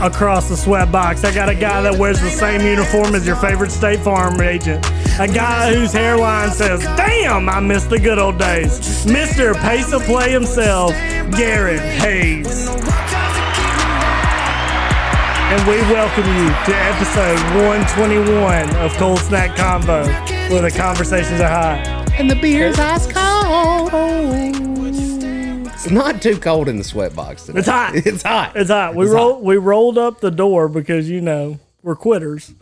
across the sweat box. I got a guy that wears the same uniform as your favorite State Farm agent. A guy whose hairline says, Damn, I miss the good old days. Mr. Pace of Play himself, Garrett Hayes. And we welcome you to episode 121 of Cold Snack Combo, where the conversations are hot. And the beer's ice cold. It's not too cold in the sweatbox today. It's hot. It's hot. It's hot. We, It's roll, we rolled up the door because, you know, we're quitters.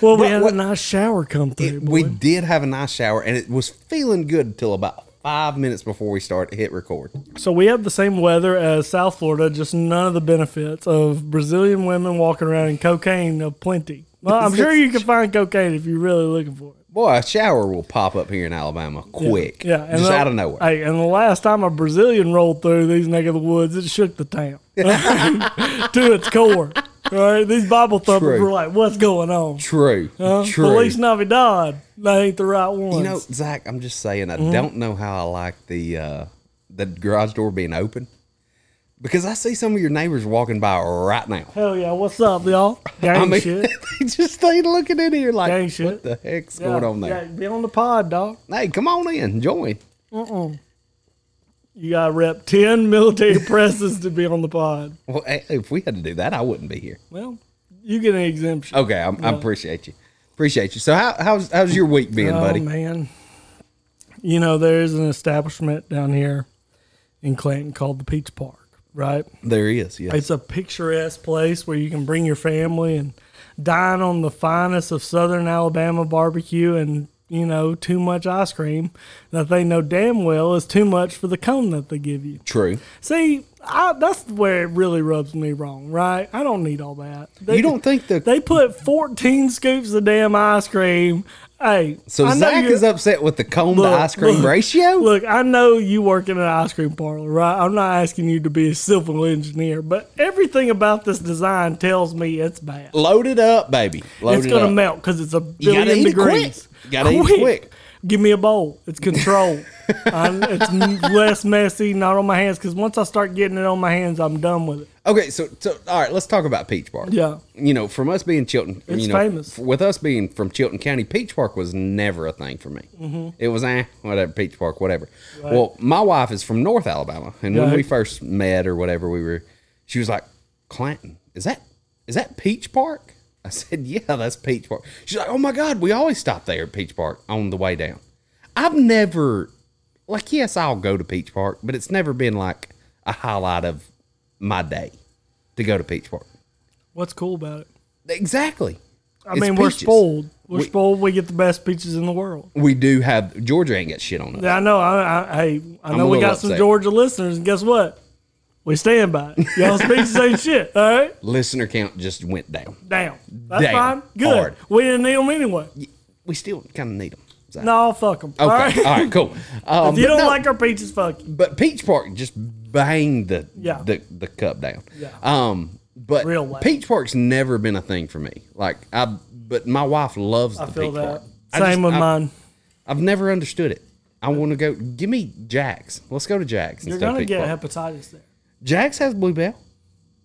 well, we had what- a nice shower come through. We boy. did have a nice shower, and it was feeling good till about five minutes before we start hit record. So we have the same weather as South Florida, just none of the benefits of Brazilian women walking around in cocaine aplenty. Well, I'm sure you can find cocaine if you're really looking for it. Boy, a shower will pop up here in Alabama quick. Yeah, and just the- out of nowhere. Hey, and the last time a Brazilian rolled through these neck of the woods, it shook the town to its core. Right? These Bible thumpers True. were like, "What's going on?" true. Huh? true. Feliz Navidad. That ain't the right one. you know, Zach, I'm just saying, Mm-hmm. I don't know how I like the uh, the garage door being open because I see some of your neighbors walking by right now. Hell yeah! What's up, y'all? Gang I mean, shit. they just ain't looking in here like, Gang what shit. the heck's Yeah, going on there? yeah, be on the pod, dog. Hey, come on in, join. You gotta rep ten military presses to be on the pod. Well, hey, if we had to do that, I wouldn't be here. Well, you get an exemption. Okay, I'm, I appreciate you, appreciate you. So, how, how's how's your week been, buddy? Oh man, you know there's an establishment down here in Clanton called the Peach Park, right? There he is. Yes. It's a picturesque place where you can bring your family and dine on the finest of Southern Alabama barbecue and you know too much ice cream that they know damn well is too much for the cone that they give you. True. See, I, that's where it really rubs me wrong, right? I don't need all that. They, You don't think the They put 14 scoops of damn ice cream. Hey, so I know Zach you're- is upset with the cone Look, to ice cream look, ratio? Look, I know you work in an ice cream parlor, right? I'm not asking you to be a civil engineer, but everything about this design tells me it's bad. Load it up, baby. Load it's it gonna up. melt because it's a You gotta billion eat it quick. degrees. You gotta eat it quick. Give me a bowl. It's controlled. I'm, it's m- less messy, not on my hands. Because once I start getting it on my hands, I'm done with it. Okay, so, so all right, let's talk about Peach Park. Yeah. You know, from us being Chilton, It's you know, famous. f- with us being from Chilton County, Peach Park was never a thing for me. Mm-hmm. It was eh, whatever, Peach Park, whatever. Well, my wife is from North Alabama, and when Right. we first met or whatever, we were, she was like, "Clanton, is that is that Peach Park?" I said, "Yeah, that's Peach Park." She's like, "Oh my God, we always stop there at Peach Park on the way down." I've never, like, yes, I'll go to Peach Park, but it's never been like a highlight of my day to go to Peach Park. What's cool about it? Exactly. I mean, we're spoiled. We're spoiled. We get the best peaches in the world. We do have Georgia ain't got shit on us. Yeah, I know. I, I, hey, I know a we little got some upset. Georgia listeners, and guess what? We stand by it. Y'all speak the same shit. All right, Listener count just went down. damn. That's Damn. fine. Good. Hard. We didn't need them anyway. We still kind of need them. Zach. No, fuck them. Okay. All right. All right. Cool. Um, If you but don't no, like our peaches, fuck you. but Peach Park just banged the Yeah. the, the cup down. Yeah. Um, but Real loud. Peach Park's never been a thing for me. Like I, but my wife loves I the feel Peach that. Park. I Same just- with I- mine. I've never understood it. I want to go. Give me Jack's. Let's go to Jack's. You're instead of gonna Peach get Park. hepatitis there. Jack's has Bluebell.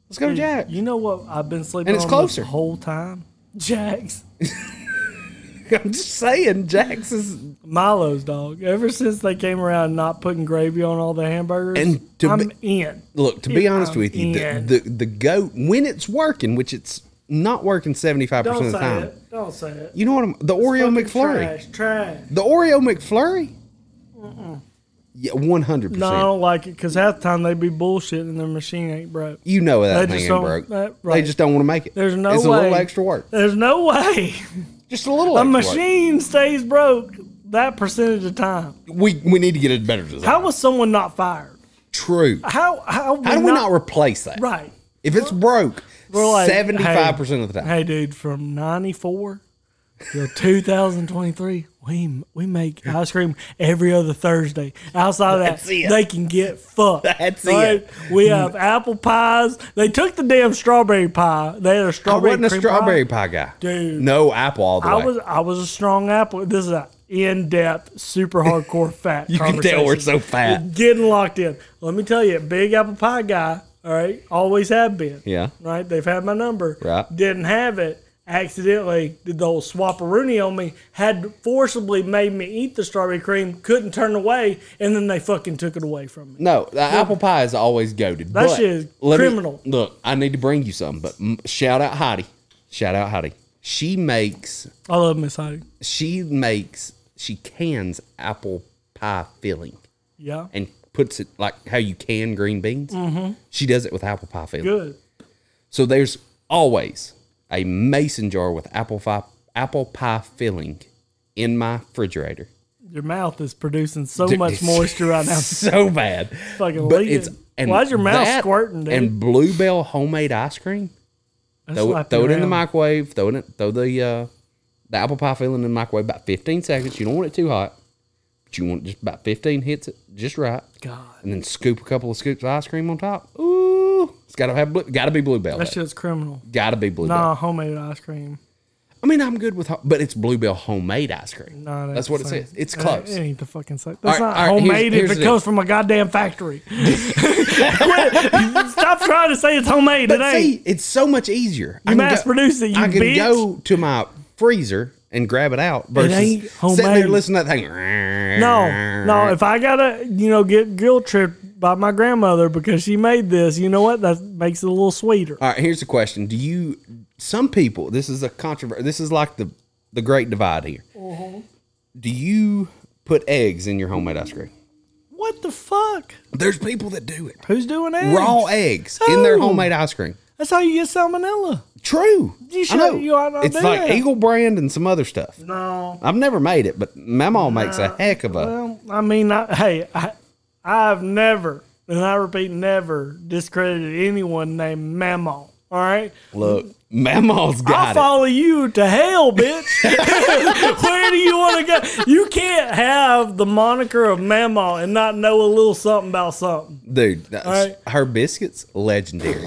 Let's go to Jack's. You know what? I've been sleeping And it's on closer. this whole time. Jags. I'm just saying, Jack's is. Milo's dog. Ever since they came around not putting gravy on all the hamburgers, And to I'm in. Look, to be Yeah, honest with you, yeah. the, the the goat when it's working, which it's not working seventy five percent Don't of the say time. it. Don't say it. You know what? I'm, the Oreo Fucking McFlurry, Trash, trash. the Oreo McFlurry. Yeah, one hundred No, I percent. don't like it because half the time they be bullshitting and their machine ain't broke. You know that They thing just ain't don't- broke. that- right. They just don't want to make it. There's no It's way. a little extra work. There's no way Just a little. a extra work. machine stays broke that percentage of time. We we need to get a better design. How was someone not fired? True. How how, How do we not, replace that? right? If it's broke, We're like, seventy five percent of the time. Hey, dude, from '94 till 2023, we we make ice cream every other Thursday. Outside of that, That's it. they can get fucked. That's it. We have apple pies. They took the damn strawberry pie. They had a I strawberry. wasn't a cream strawberry Pie. pie, guy. Dude. no apple all the I way. was I was a strong apple. This is a in depth, super hardcore fat. you can tell we're so fat. Getting locked in. Let me tell you, Big Apple Pie guy All right. Always have been. Yeah. Right. They've had my number. Right. Didn't have it. Accidentally did the whole swapperoonie on me. Had forcibly made me eat the strawberry cream. Couldn't turn away, and then they fucking took it away from me. No, the apple pie is always goaded. That shit is criminal. look, I need to bring you something, but mm, shout out Heidi. Shout out Heidi. She makes, I love Miss Heidi. she makes, she cans apple pie filling Yeah. and puts it like how you can green beans. Mm-hmm. She does it with apple pie filling. Good. So there's always a mason jar with apple pie, apple pie filling in my refrigerator. Your mouth is producing so Dude, much it's- moisture right now. so bad. Fucking leaking. Why is your mouth squirting, dude? And Bluebell homemade ice cream. That's Throw, it, slapping throw it in the around. microwave. Throw it. in- Throw the uh, the apple pie filling in the microwave about 15 seconds. You don't want it too hot, but you want just about 15 hits it just right. God, And then scoop a couple of scoops of ice cream on top. Ooh, it's gotta have blue, gotta be Bluebell. that though. shit's criminal. Gotta be Bluebell. Nah, homemade ice cream. I mean, I'm good with, ho- but it's Bluebell homemade ice cream. Nah, that that's ain't what the it same. says. It's That close. It ain't the fucking same. That's right, not all right, here's- homemade here's if the it comes from a goddamn factory. Quit. Stop trying to say it's homemade. But it ain't. see, it's so much easier. You mass produce it, you I can bitch. go to my freezer and grab it out versus ain't sitting homemade. there listening to that thing. No, no. If I gotta, you know, get guilt tripped by my grandmother because she made this, you know what? That makes it a little sweeter. All right, here's the question: Do you? Some people. This is a controversy. This is like the the great divide here. Mm-hmm. Do you put eggs in your homemade ice cream? What the fuck? There's people that do it. Who's doing that? Raw eggs in their Oh. homemade ice cream. That's how you get salmonella. True. You I should- know. you ought to it's do like that. Eagle Brand and some other stuff. No. I've never made it, but Mamaw makes a heck of a. Well, I mean, I, hey, I, I've never, and I repeat, never discredited anyone named Mammal. All right. Look, Mamaw's I'll got it. follow you to hell, bitch. Where do you want to go? You can't have the moniker of Mammal and not know a little something about something. Dude, that's- Alright. her biscuits, legendary.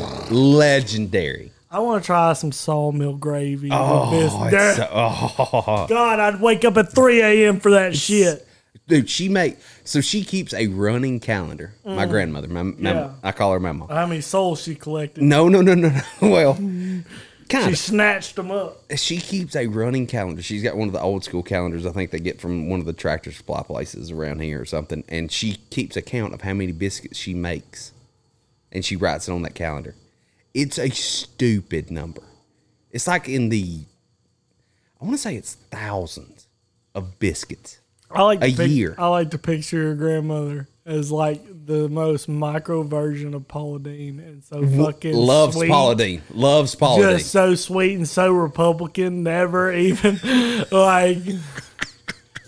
Legendary. I want to try some sawmill gravy. with this. Oh, There- it's so, oh. God, I'd wake up at 3 a.m. for that shit. Dude, she make so she keeps a running calendar. My grandmother, my, my Mm. Yeah. I call her Mamaw. How many souls she collected? No, no, no, no, no. Well, She kind snatched them up. of. She keeps a running calendar. She's got one of the old school calendars I think they get from one of the tractor supply places around here or something, and she keeps a count of how many biscuits she makes, and she writes it on that calendar. It's a stupid number. It's like in the, I want to say it's thousands of biscuits. I like to A pic- year. I like to picture your grandmother as like the most micro version of Paula Dean and so fucking Loves sweet. Paula Deen. Loves Paula Deen. just so sweet and so Republican. Never even like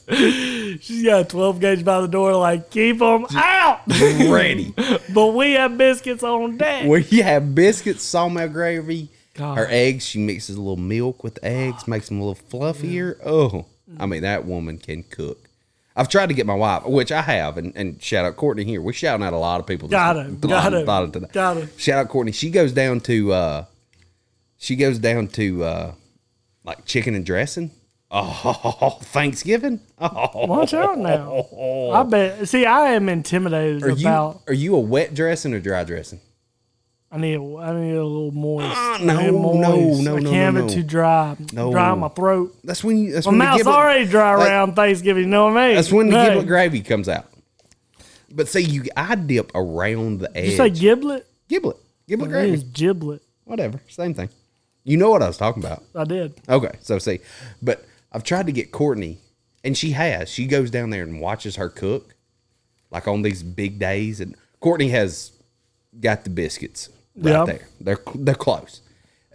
she's got a twelve gauge by the door. Like keep them out, Ready. but we have biscuits on deck. Where you have biscuits, sawmill gravy, God. her eggs. She mixes a little milk with the eggs, makes them a little fluffier. Oh, I mean, that woman can cook. I've tried to get my wife, which I have, and, and shout out Courtney here. We're shouting out a lot of people. this Got month. him, A lot- got him, a lot of today. got him. Shout out Courtney. She goes down to, uh, she goes down to uh, like chicken and dressing. Oh, Thanksgiving. Oh, Watch out now. I bet. See, I am intimidated are you about. are you a wet dressing or dry dressing? I need. I need a little moist. I Ah, need no, moist. no, no, I no, can't have no, it no. too dry. No. Dry my throat. That's when you. That's My when the mouth's giblet- already dry like, around Thanksgiving. You know what I mean? That's when the Hey, giblet gravy comes out. But see, you I dip around the edge. You say giblet? giblet, giblet It is gravy, giblet. whatever, same thing. You know what I was talking about? I did. Okay, so see, but I've tried to get Courtney, and she has. She goes down there and watches her cook, like on these big days. And Courtney has got the biscuits right Yeah. there. They're they're close,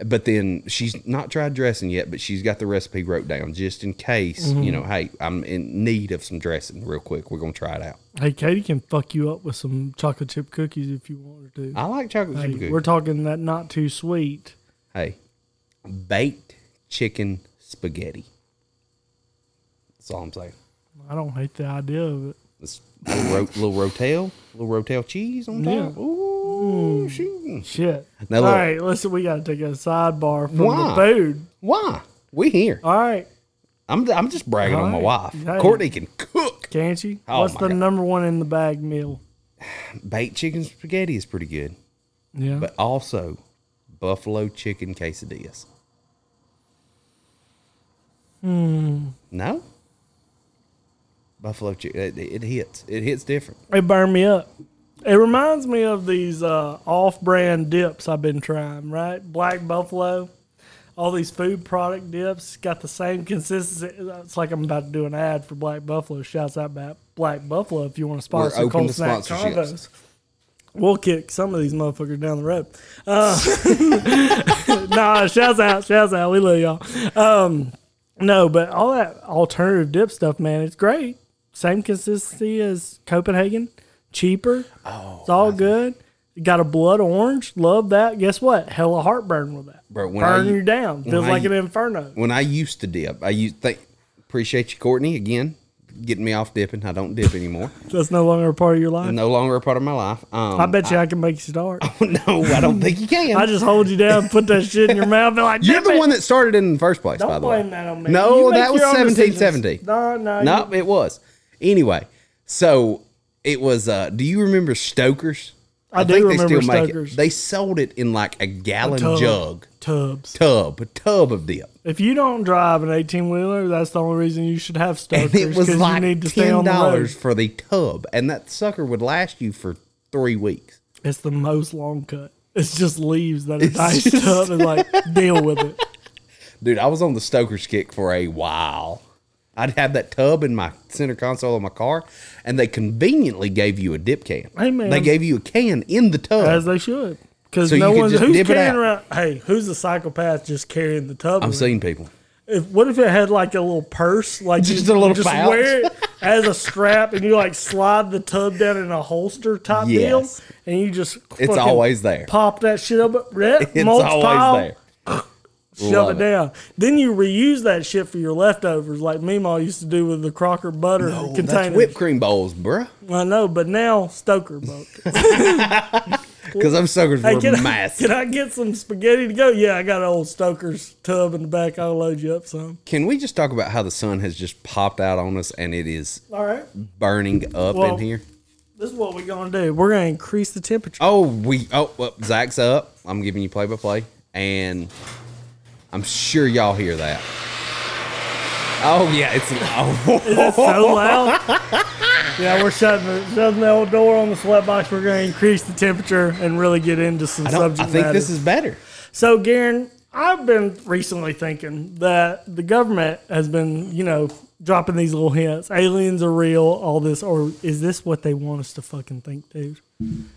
but then she's not tried dressing yet. But she's got the recipe wrote down just in case. Mm-hmm. You know, hey, I'm in need of some dressing real quick. We're gonna try it out. Hey, Katie can fuck you up with some chocolate chip cookies if you want her to. I like Ah, chocolate chip Hey, cookies. we're talking that not too sweet. hey, baked chicken spaghetti. That's all I'm saying. I don't hate the idea of it. This little, ro- little rotel, little rotel cheese on top. Ooh, shoot. Shit. Now All look. right, listen, we got to take a sidebar from Why? the food. Why? We here. All right, I'm, I'm just bragging on my Alright. wife. Hey. Courtney can cook. can't you? Oh, What's my the God. number one in the bag meal? Baked chicken spaghetti is pretty good. Yeah. but also buffalo chicken quesadillas. No? Buffalo chicken. It, it hits. It hits different. it burned me up. It reminds me of these uh, off-brand dips I've been trying. Right, Black Buffalo, all these food product dips got the same consistency. It's like I'm about to do an ad for Black Buffalo. Shouts out about Black Buffalo if you want to sponsor open cold to snack sponsorships. combos. We'll kick some of these motherfuckers down the road. Uh, nah, shouts out, shouts out. We love y'all. Um, no, but all that alternative dip stuff, man, it's great. Same consistency as Copenhagen, cheaper. Oh, it's all good. You got a blood orange. Love that. Guess what? Hella heartburn with that. Bro, when I Burn u- you down. when Feels I like an u- inferno. When I used to dip, I used think appreciate you, Courtney, again, getting me off dipping. I don't dip anymore. That's no longer a part of your life. no longer a part of my life. Um, I bet you I, can make you start. no, I don't think you can. I just hold you down, put that shit in your mouth, be like, You're "Dip the it." one that started it in the first place, by Don't the way. blame that on me. No, You make that was your own decisions. 1770. No, no, No, it was. Anyway, so it was. uh Do you remember Stokers? I do remember Stoker's. it. They sold it in like a gallon Tub. jug, Tubs. tub, a tub of dip. If you don't drive an eighteen wheeler, that's the only reason you should have stokers. And it was 'cause like you need to stay ten on the road. dollars for the tub, and that sucker would last you for three weeks. It's the most long cut. It's just leaves that it's It's diced just- up and like deal with it. Dude, I was on the Stoker's kick for a while. I'd have that tub in my center console of my car, and they conveniently gave you a dip can. Hey, man. They gave you a can in the tub. As they should. Because So no you could one's just who's dip it carrying out. around hey, who's the psychopath just carrying the tub? I'm around? seeing people. if what if it had like a little purse, like Just you, a little you just pouch. wear it as a strap, and you like slide the tub down in a holster type Yes. deal, and you just It's fucking always there. Pop that shit up, rip, It's always multipile, there. shove Love it it. down. Then you reuse that shit for your leftovers, like Meemaw used to do with the Crocker butter Oh, that's containers. whipped cream bowls, bruh. I know, but now Stoker boat. Because them suckers Hey, were can, I, massive. can I get some spaghetti to go? Yeah, I got an old Stoker's tub in the back. I'll load you up some. Can we just talk about how the sun has just popped out on us and it is All right, burning up Well- in here? this is what we're gonna do. We're gonna increase the temperature. Oh, we. Oh, well, Zach's up. I'm giving you play by play, and I'm sure y'all hear that. Oh yeah, it's. Oh, That's so loud. yeah, we're shutting the, shutting the old door on the sweatbox. We're going to increase the temperature and really get into some I, don't, subject I think matter. this is better. so, Garen, I've been recently thinking that the government has been, you know, dropping these little hints. Aliens are real, all this, or is this what they want us to fucking think, dude?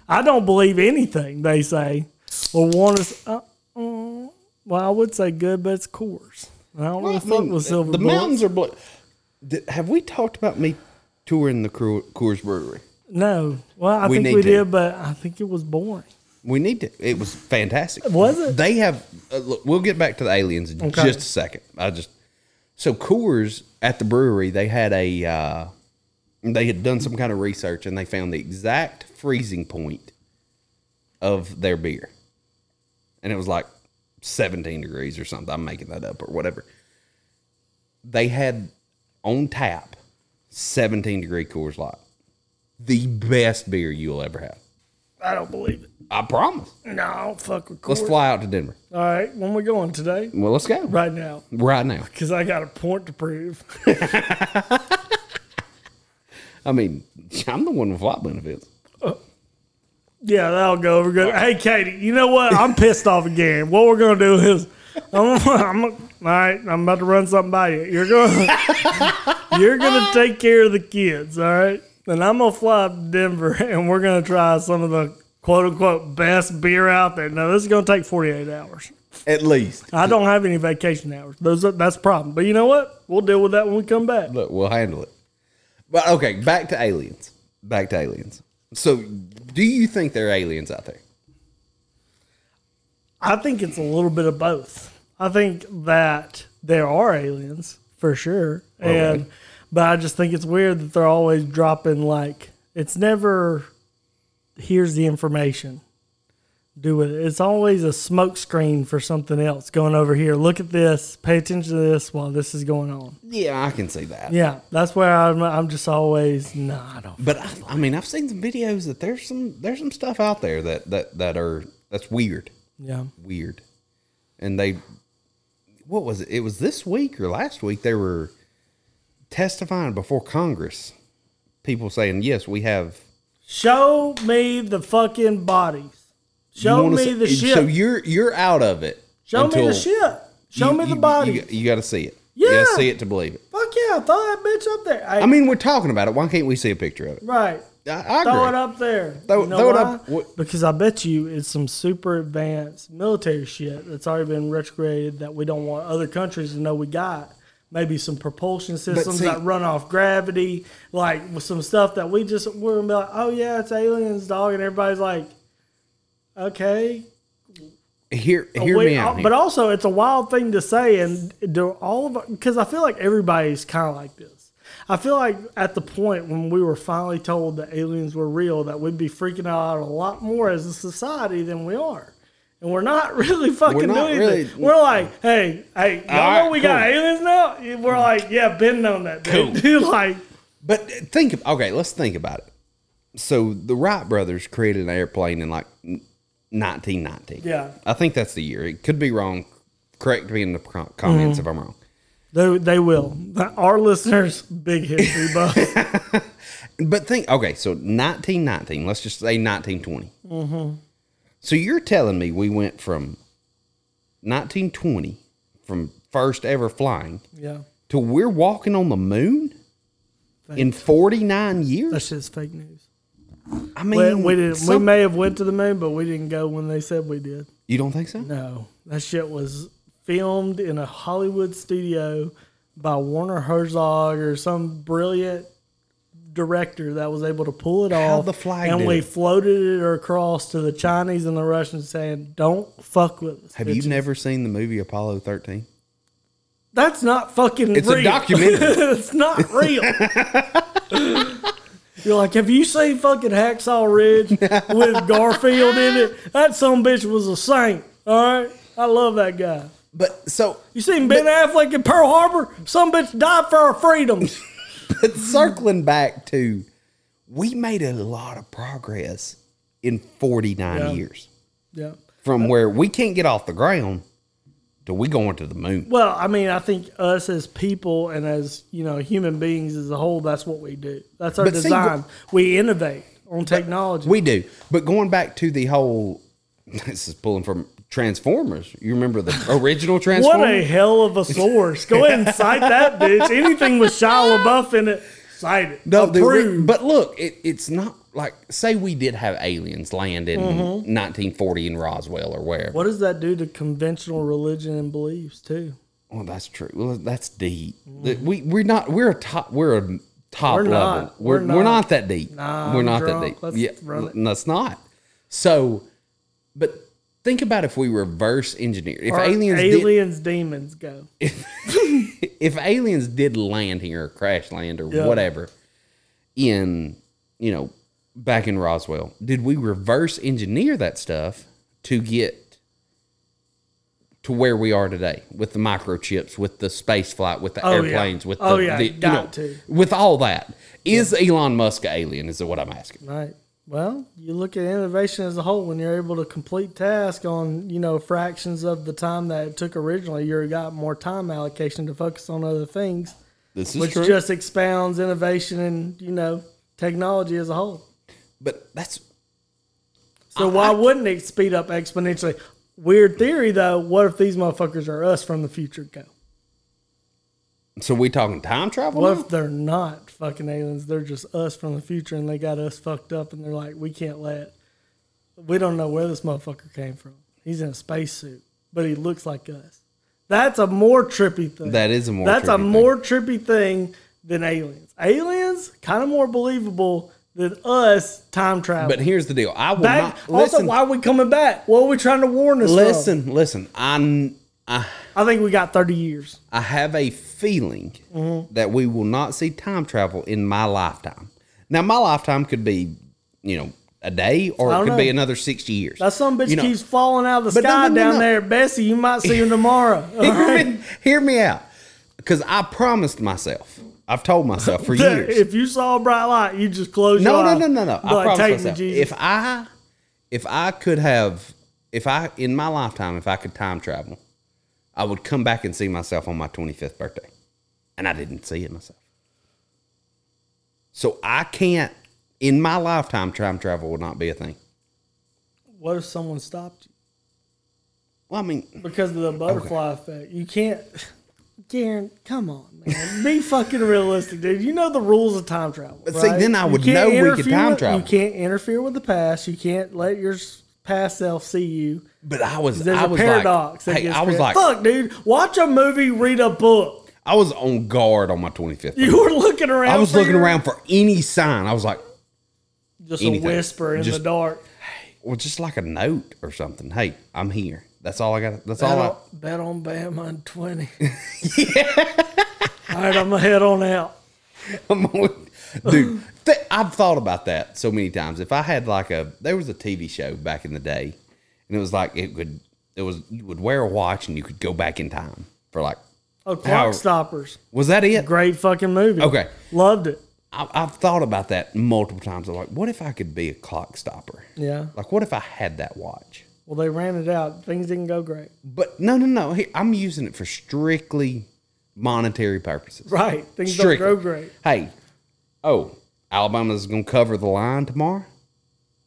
I don't believe anything they say or want us. Uh, uh, well, I would say good, but it's coarse. I don't really fuck with silver the bullets. mountains are blue. Did- have we talked about me touring the Coor- Coors Brewery? No. Well, I We think need we to. did, but I think it was boring. We need to. It was fantastic. Was it? They have. Uh, look, we'll get back to the aliens in Okay. just a second. I just. So Coors at the brewery, they had a. Uh, they had done some kind of research and they found the exact freezing point of their beer, and it was like seventeen degrees or something. I'm making that up or whatever. They had on tap seventeen degree Coors Light, the best beer you'll ever have. I don't believe it. I promise. No, I don't fuck with Let's Coors. fly out to Denver. All right, when we going today? Well, let's go right, Right now, now. because I got a point to prove. I mean, I'm the one with flight benefits. yeah, that'll go over good. Hey, Katie, you know what? I'm pissed off again. What we're gonna do is, I'm, I'm all right. I'm about to run something by you. You're gonna, you're gonna take care of the kids, all right? And I'm gonna fly up to Denver, and we're gonna try some of the quote unquote best beer out there. Now, this is gonna take 48 hours. At least. I don't have any vacation hours. Those are, that's a problem. But you know what? We'll deal with that when we come back. Look, we'll handle it. But okay, back to aliens. Back to aliens. So, do you think there are aliens out there? I think it's a little bit of both. I think that there are aliens for sure, Oh, and but I just think it's weird that they're always dropping like it's never. Here's the information. Do with it. It's always a smokescreen for something else going over here. Look at this. Pay attention to this while this is going on. Yeah, I can see that. Yeah, that's where I'm. I'm just always nah. I don't. But I, I mean, I've seen some videos that there's some there's some stuff out there that that that are That's weird. Yeah. Weird. And they, what was it? It was this week or last week. They were testifying before Congress. People saying, yes, we have. Show me the fucking bodies. Show wanna me say- the ship. So you're you're out of it. Show me the until ship. Show you- me the you- body. You, you got to see it. Yeah. You Yeah. gotta see it to believe it. Fuck yeah, throw that bitch up there. Hey, I mean, we're talking about it. Why can't we see a picture of it? right. I, I agree. Throw it up there. Throw- You know throw it why? up. What- Because I bet you it's some super advanced military shit that's already been retrograded that we don't want other countries to know we got. Maybe some propulsion systems see- that run off gravity, like with some stuff that we just we're gonna be like, oh yeah, it's aliens, dog, and everybody's like, okay, Hear, hear Wait, me uh, out. here. But also, it's a wild thing to say, and do all of because I feel like everybody's kind of like this. I feel like at the point when we were finally told that aliens were real, that we'd be freaking out a lot more as a society than we are. And we're not really fucking We're not doing really- anything. We're like, hey, hey, y'all All know right, we got cool. aliens now? We're like, yeah, been on that, dude. like, But think of okay, let's think about it. So the Wright brothers created an airplane in like 1919. Yeah. I think that's the year. It could be wrong. Correct me in the com- comments Mm-hmm. if I'm wrong. they, they will. Our listeners, big history buff. But think okay, so 1919. Let's just say 1920. So you're telling me we went from 1920 from first ever flying yeah, to we're walking on the moon in 49 years. that shit's fake news. I mean, We, we did. We some- may have went to the moon, but we didn't go when they said we did. you don't think so? No, that shit was filmed in a Hollywood studio by Warner Herzog or some brilliant director that was able to pull it How'd off. the flag and did we it? floated it across to the Chinese and the Russians, saying, "Don't fuck with us." Have bitches." you never seen the movie Apollo 13? That's not fucking. It's a real. documentary. it's not real. You're like, have you seen fucking Hacksaw Ridge with Garfield in it? That some bitch was a saint. All right, I love that guy. But so, You seen Ben Affleck in Pearl Harbor? Some bitch died for our freedoms. but circling back to, we made a lot of progress in 49 Yeah. years yeah. from where we can't get off the ground to we going to the moon. Well, I mean, I think us as people and as you know human beings as a whole, that's what we do. That's our But see, design. we innovate on technology. We do. But going back to the whole, this is pulling from Transformers. You remember the original Transformers? What a hell of a source. Go ahead and cite that bitch. Anything with Shia LaBeouf in it, cite it. No, the ori- Approve. but look, it, it's not like say we did have aliens land in Mm-hmm. 1940 in Roswell or wherever. what does that do to conventional religion and beliefs too? Well, that's true. Well, that's deep. That- We we're not we're a top we're a top We're level. not. We're We're not. we're not. that deep. Nah, we're I'm not that drunk. deep. Let's yeah, run it. n- that's not. So, but think about if we reverse engineer. If Or aliens aliens, demons go. did if aliens did land here or crash land or Yeah. whatever in you know back in Roswell, did we reverse engineer that stuff to get to where we are today with the microchips, with the space flight, with the Oh, yeah. airplanes, with Oh, the, yeah, the- got you know, to. with all that. Is Elon Musk an alien? Is what I'm asking. Right. Well, you look at innovation as a whole when you're able to complete tasks on, you know, fractions of the time that it took originally, you've got more time allocation to focus on other things, This is which true. just expounds innovation and, you know, technology as a whole. but that's So why wouldn't it speed up exponentially? Weird theory though. What if these motherfuckers are us from the future? Go. so we talking time travel? What now? if they're not fucking aliens? They're just us from the future, and they got us fucked up, and they're like, we can't let. We don't know where this motherfucker came from. He's in a spacesuit, but he looks like us. That's a more trippy thing. That is a more That's a trippy thing. more trippy thing than aliens. Aliens kind of more believable than us time travel. But here's the deal. I will Back, not also, listen. why are we coming back? What are we trying to warn us? from? listen, listen. I'm I think we got 30 years. I have a feeling Mm-hmm. that we will not see time travel in my lifetime. Now, my lifetime could be, you know, a day or I it don't could be know. another 60 years. That some bitch You know, keeps falling out of the But no, sky no, no, down no. there. Bessie, you might see him tomorrow. Hear me, hear me out. Because I promised myself, I've told myself for years. if you saw a bright light, you just close no, your no, eyes. no, no, no. Be I Like, promised take me, myself. Jesus. If I, if I could have if I in my lifetime, if I could time travel, I would come back and see myself on my 25th birthday. And I didn't see it myself. So I can't in my lifetime time travel would not be a thing. What if someone stopped you Well, I mean, because of the butterfly effect? You can't. Garen, come on, man. Be fucking realistic, dude. You know the rules of time travel. But see, right? then I You would can't know we could interfere time with- travel. You can't interfere with the past. You can't let your s- past self see you. but I was There's I a was paradox. that like hey, gets I was created. like fuck, dude. Watch a movie, read a book. I was on guard on my 25th. You were looking around. I was for looking your- around for any sign. I was like, Just anything. a whisper in Just- the dark. well, just like a note or something. Hey, I'm here. That's all I got. That's Bet all on, I. bet on Bama and 20. All right, I'm going to head on out. I'm on- dude. Th- I've thought about that so many times. If I had like a, there was a TV show back in the day, and it was like it could, it was you would wear a watch and you could go back in time for like, Oh, Clock How- Stoppers. was that it? Great fucking movie. Okay. Loved it. I, I've thought about that multiple times. I'm like, what if I could be a clock stopper? Yeah. Like, what if I had that watch? Well, they ran it out. Things didn't go great. But no, no, no. Hey, I'm using it for strictly monetary purposes. Right. Things Strictly. don't go great. Hey, oh, Alabama's gonna cover the line tomorrow.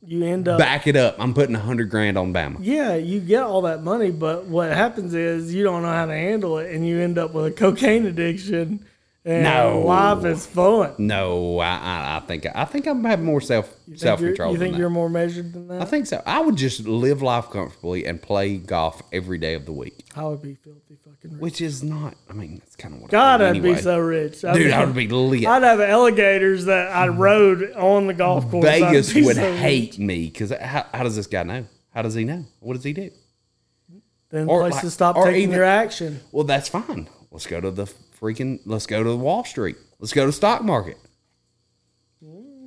You end up. Back it up. I'm putting a hundred grand on Bama. Yeah, you get all that money, but what happens is you don't know how to handle it and you end up with a cocaine addiction. And No. life is fun. No, I, I, I think I think I'm having more self You think self you're- control. You think than you're that. more measured than that? I think so. I would just live life comfortably and play golf every day of the week, I would be filthy fucking rich. which is not. I mean, that's kind of what. God, I'd I would Um, anyway. be so rich. I'd Dude, I would be lit. I'd have alligators that I rode on the golf course. I'd Vegas be would so hate me because how, how does this guy know? How does he know? What does he do? Then or places like- stop or taking even- your action. Well, that's fine. Let's go to the freaking. Let's go to Wall Street. Let's go to stock market.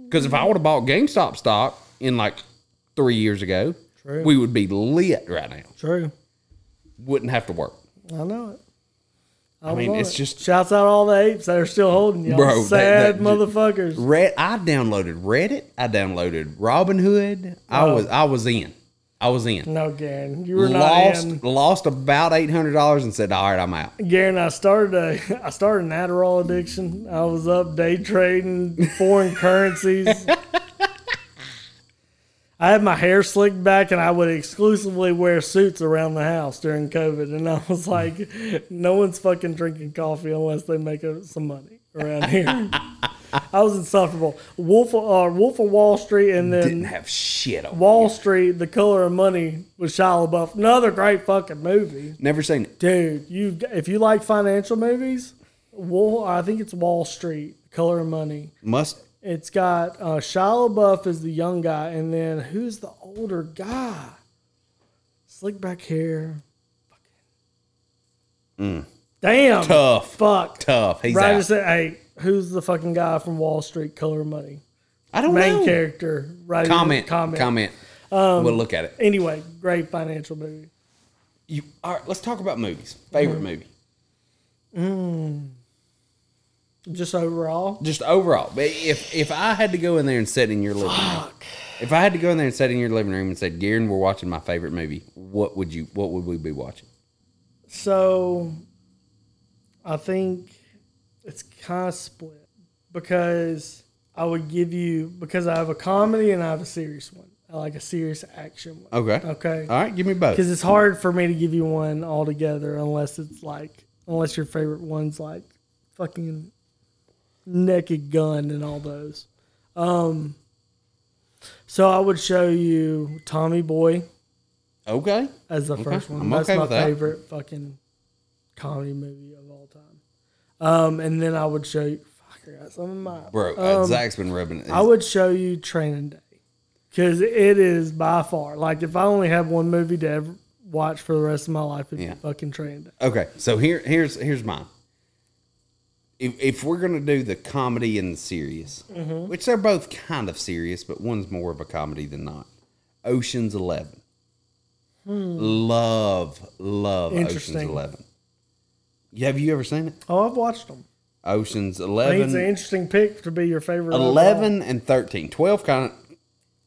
Because if I would have bought GameStop stock in like three years ago, True. we would be lit right now. True. Wouldn't have to work, I know it. I, mean, love it's it. just- shouts out all the apes that are still holding y'all. Bro, they- sad they- motherfuckers. Red. I downloaded Reddit. I downloaded Robinhood. I was. I was in. I was in. no, Garen, you were Lost. not Lost about eight hundred dollars and said, "All right, I'm out." in. Garen, I started a, I started an Adderall addiction. I was up day trading foreign currencies. I had my hair slicked back, and I would exclusively wear suits around the house during COVID. And I was like, no one's fucking drinking coffee unless they make uh, some money around here. I was insufferable. Wolf, uh, Wolf of Wall Street, and then Didn't have shit. on Wall Street, The Color of Money with Shia LaBeouf. Another great fucking movie, Never seen it. dude. You if you like financial movies, Wall I think it's Wall Street, The Color of Money. Must It's got uh, Shia LaBeouf is the young guy, and then who's the older guy? Slick back hair. Damn. Mm. tough. Fuck. Tough. He's Right. out. I said, hey, who's the fucking guy from Wall Street, Color of Money? I don't Main know. character. Right. Comment. Comment. Um, Comment. we'll look at it. Anyway, great financial movie. You all right? Let's talk about movies. Favorite movie, Just overall. just overall. But if if I had to go in there and sit in your living room, if I had to go in there and sit in your living room and said, "Garen, we're watching my favorite movie," what would you? What would we be watching? So I think it's kind of split because I would give you because I have a comedy and I have a serious one. I like a serious action one. Okay. Okay. All right. Give me both. Because it's hard for me to give you one altogether unless it's like unless your favorite one's like fucking naked gun and all those. Um so I would show you Tommy Boy. Okay. as the first one. I'm That's okay my with that. favorite fucking comedy movie of all time. Um, and then I would show you. Fuck, I got some of my. Bro, uh, Zach's been rubbing it. I would show you Training Day because it is by far like if I only had one movie to ever watch for the rest of my life, it'd Yeah. be fucking Training Day. Okay, so here here's here's mine. If, if we're gonna do the comedy and the serious, Mm-hmm. which they're both kind of serious, but one's more of a comedy than not. Ocean's Eleven. Love, love Ocean's Hmm. Interesting. Eleven. Yeah, Have you ever seen it? Oh, I've watched them. I think it's Ocean's an Eleven, interesting pick to be your favorite. overall. 11 and 13. 12 kind of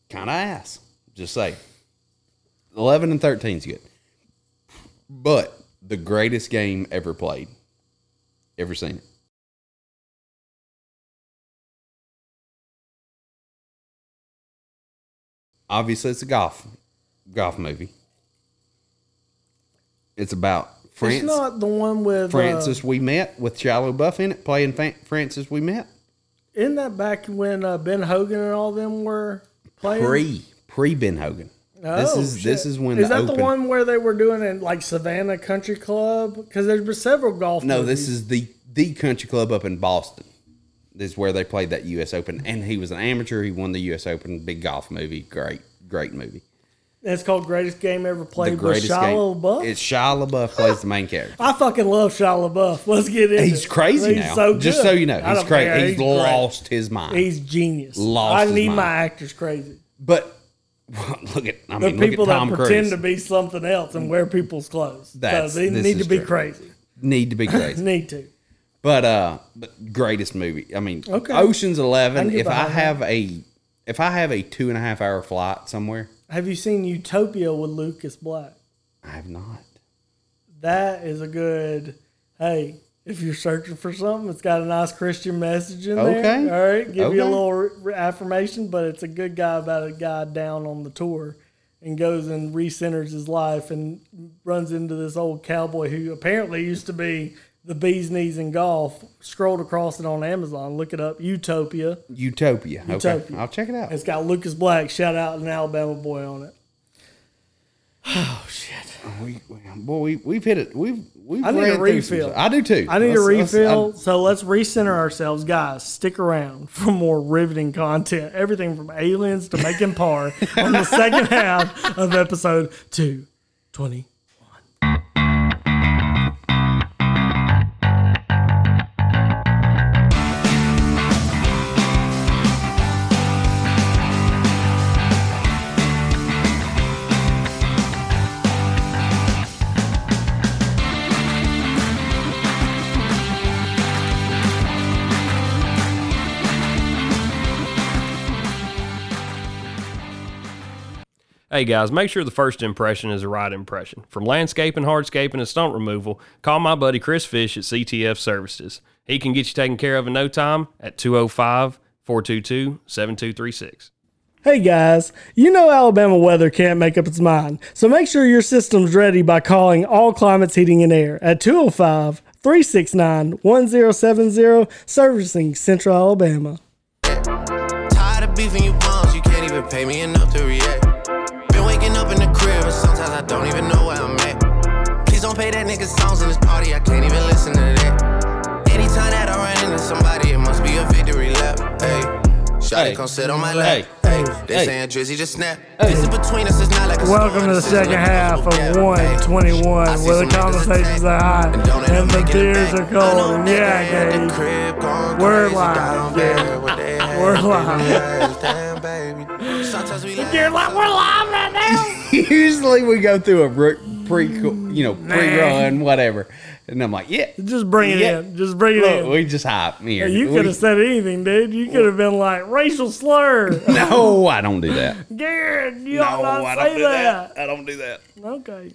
kind of ass. Just say. 11 and 13 is good. But the greatest game ever played. Ever seen it? Obviously, it's a golf golf movie. It's about France. It's not the one with uh, Francis We Met with Shiloh Buff in it, playing fa- Francis We Met. isn't that back when uh, Ben Hogan and all them were playing? Pre pre Ben Hogan. this Oh, is this shit. is when is the that open. the one where they were doing it in, like Savannah Country Club? Because there's been several golf. No, this is the the country club up in Boston. This is where they played that U.S. Open, and he was an amateur. He won the U.S. Open. Big golf movie, great great movie. It's called Greatest Game Ever The Played with greatest Shia game. LaBeouf. It's Shia LaBeouf plays the main character. I fucking love Shia LaBeouf. Let's get into He's it. crazy now. Just good. so you know, I he's don't crazy. care. He's, great. lost his mind. He's genius. Lost I his need mind. my actors crazy. but look at I The mean, people look at Tom that pretend Cruise. to be something else and wear people's clothes. That's, That's- they this need is to be true. crazy. Need to be crazy. Need to. But uh, but greatest movie. I mean, Okay. Ocean's Eleven. get If I behind that. have a, if I have a two and a half hour flight somewhere, Have you seen Utopia with Lucas Black? I have not. That is a good. Hey, if you're searching for something, it's got a nice Christian message in Okay. there. All right, give you a Okay. little re- re- affirmation, but it's a good guy about a guy down on the tour, and goes and recenters his life and runs into this old cowboy who apparently used to be the bee's knees in golf. Scrolled across it on Amazon. Look it up. Utopia. Utopia. Okay, Utopia. I'll check it out. It's got Lucas Black. Shout out an Alabama boy on it. Oh shit. We, we- boy, we, we've hit it. We've we've. I need a ran through some refill. stuff. I do too. I need a Let's- let's- refill, so let's recenter ourselves, guys. Stick around for more riveting content. Everything from aliens to making par on the second half of episode two twenty. Hey guys, make sure the first impression is the right impression. From landscaping, hardscaping, and stump removal, call my buddy Chris Fish at CTF Services. He can get you taken care of in no time at 205 422 7236. Hey guys, you know Alabama weather can't make up its mind, so make sure your system's ready by calling All Climates Heating and Air at 205 369 1070, servicing Central Alabama. Tired of beefing you bums, you can't even pay me enough to react. Been waking up in the crib, and sometimes I don't even know where I'm at. Please don't play that nigga songs in this party, I can't even listen to that. Anytime that I run into somebody, it must be a victory lap. Hey, Shotty Hey. come sit on my lap. Hey. Hey, they Hey. saying Drizzy just snap. This is between us, it's not like a Welcome storm, to the this isn't second like a half of possible gap. Hey. 121, I see where some the niggas conversations are attack, hot and don't end and up the making it tears back. are I know cold. nigga Yeah, at the Gabe. crib going We're crazy live, down Gabe. there with their hands We're in live. the air. Damn, baby. Sometimes we laugh. Usually we go through a re- pre, you know, pre run, whatever, and I'm like, yeah. Just bring it Yeah. in. Just bring it Look, in. we just hype here. you We- could have said anything, dude. You could have been like racial slur. No, I don't do that. Garrett, you No, ought I not don't say do that. that. I don't do that. Okay.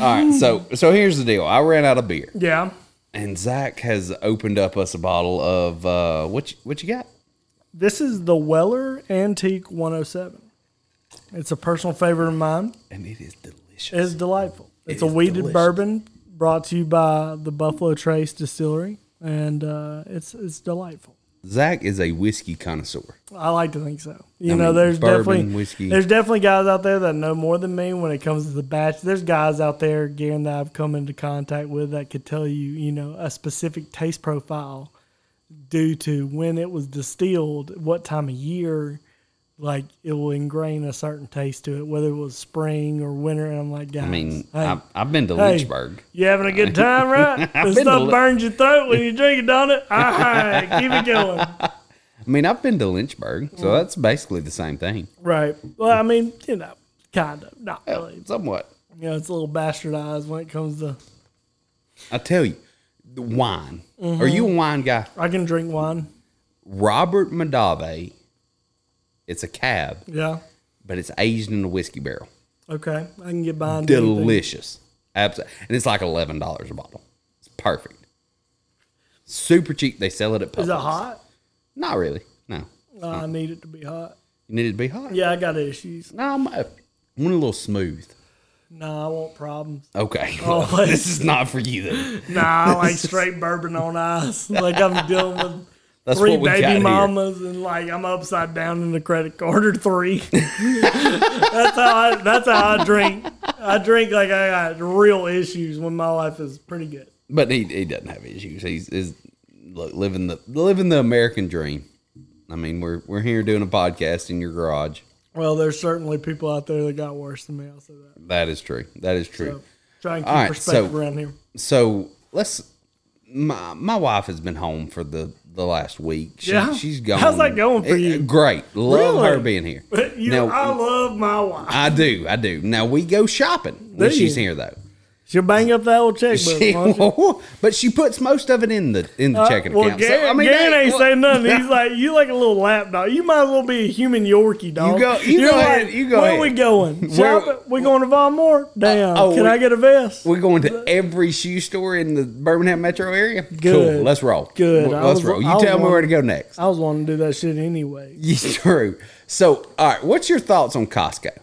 All right, so so here's the deal. I ran out of beer. Yeah. And Zach has opened up us a bottle of uh, what you, what you got? This is the Weller Antique 107. It's a personal favorite of mine. And it is delicious. It's delightful. It's a is weeded delicious. bourbon brought to you by the Buffalo Trace Distillery, and uh, it's it's delightful. Zach is a whiskey connoisseur. I like to think so. You I know, mean, there's bourbon, definitely whiskey. there's definitely guys out there that know more than me when it comes to the batch. There's guys out there, Garen, that I've come into contact with that could tell you, you know, a specific taste profile due to when it was distilled, what time of year, like it will ingrain a certain taste to it, whether it was spring or winter. And I'm like, guys, I mean, hey, I've, I've been to Hey. Lynchburg. you having a good time, right? I've This been to stuff Li- burns your throat when you drink it, don't it? All right, keep it going. I mean, I've been to Lynchburg, so Mm. that's basically the same thing, Uh, Right. Well, I mean, you know, kind of, not really. somewhat. You know, it's a little bastardized when it comes to. I tell you, the wine. Mm-hmm. Are you a wine guy? I can drink wine. Robert Madave. It's a cab, Yeah. but it's aged in a whiskey barrel. Okay, I can get behind anything. Delicious. Absolutely. And it's like $11 a bottle. It's perfect. Super cheap. They sell it at Publix. Is it hot? Not really. No. Uh, I need it to be hot. You need it to be hot? Yeah, I got issues. No, I'm, I want a little smooth. Nah, I want problems. Okay. Well, let's- this is not for you then. Nah, I like straight bourbon on ice. Like I'm dealing with That's three what we got baby here. mamas and like I'm upside down in the credit card or three. that's how I, that's how I drink. I drink like I got real issues when my life is pretty good. But he, he doesn't have issues. He's is look, living the living the American dream. I mean, we're we're here doing a podcast in your garage. Well, there's certainly people out there that got worse than me. I'll say that. That is true. That is true. So try and keep All right, perspective so- around here. so let's my my wife has been home for the the last week. She, Yeah? she's gone. How's that going for Eh, you? Great. Love Really? her being here. You, Now- I love my wife. I do, I do. Now we go shopping when Do she's you? here though. She'll bang up that old checkbook. She, won't you? but she puts most of it in the in the checking Uh, well, account. So, Gary, I mean, Gary hey, ain't look, saying nothing. He's like, you like a little lap dog. You might as well be a human Yorkie dog. go- you You're go ahead, you go Where ahead. we going? Where- Shopping? we going to Valmore? Damn. oh, can we- I get a vest? We're going to every shoe store in the Birmingham metro area. Good. Cool. Let's roll. Good. Let's I was- roll. I You was tell me where to wondering- go next. I was wanting to do that shit anyway. True. So, all right. What's your thoughts on Costco?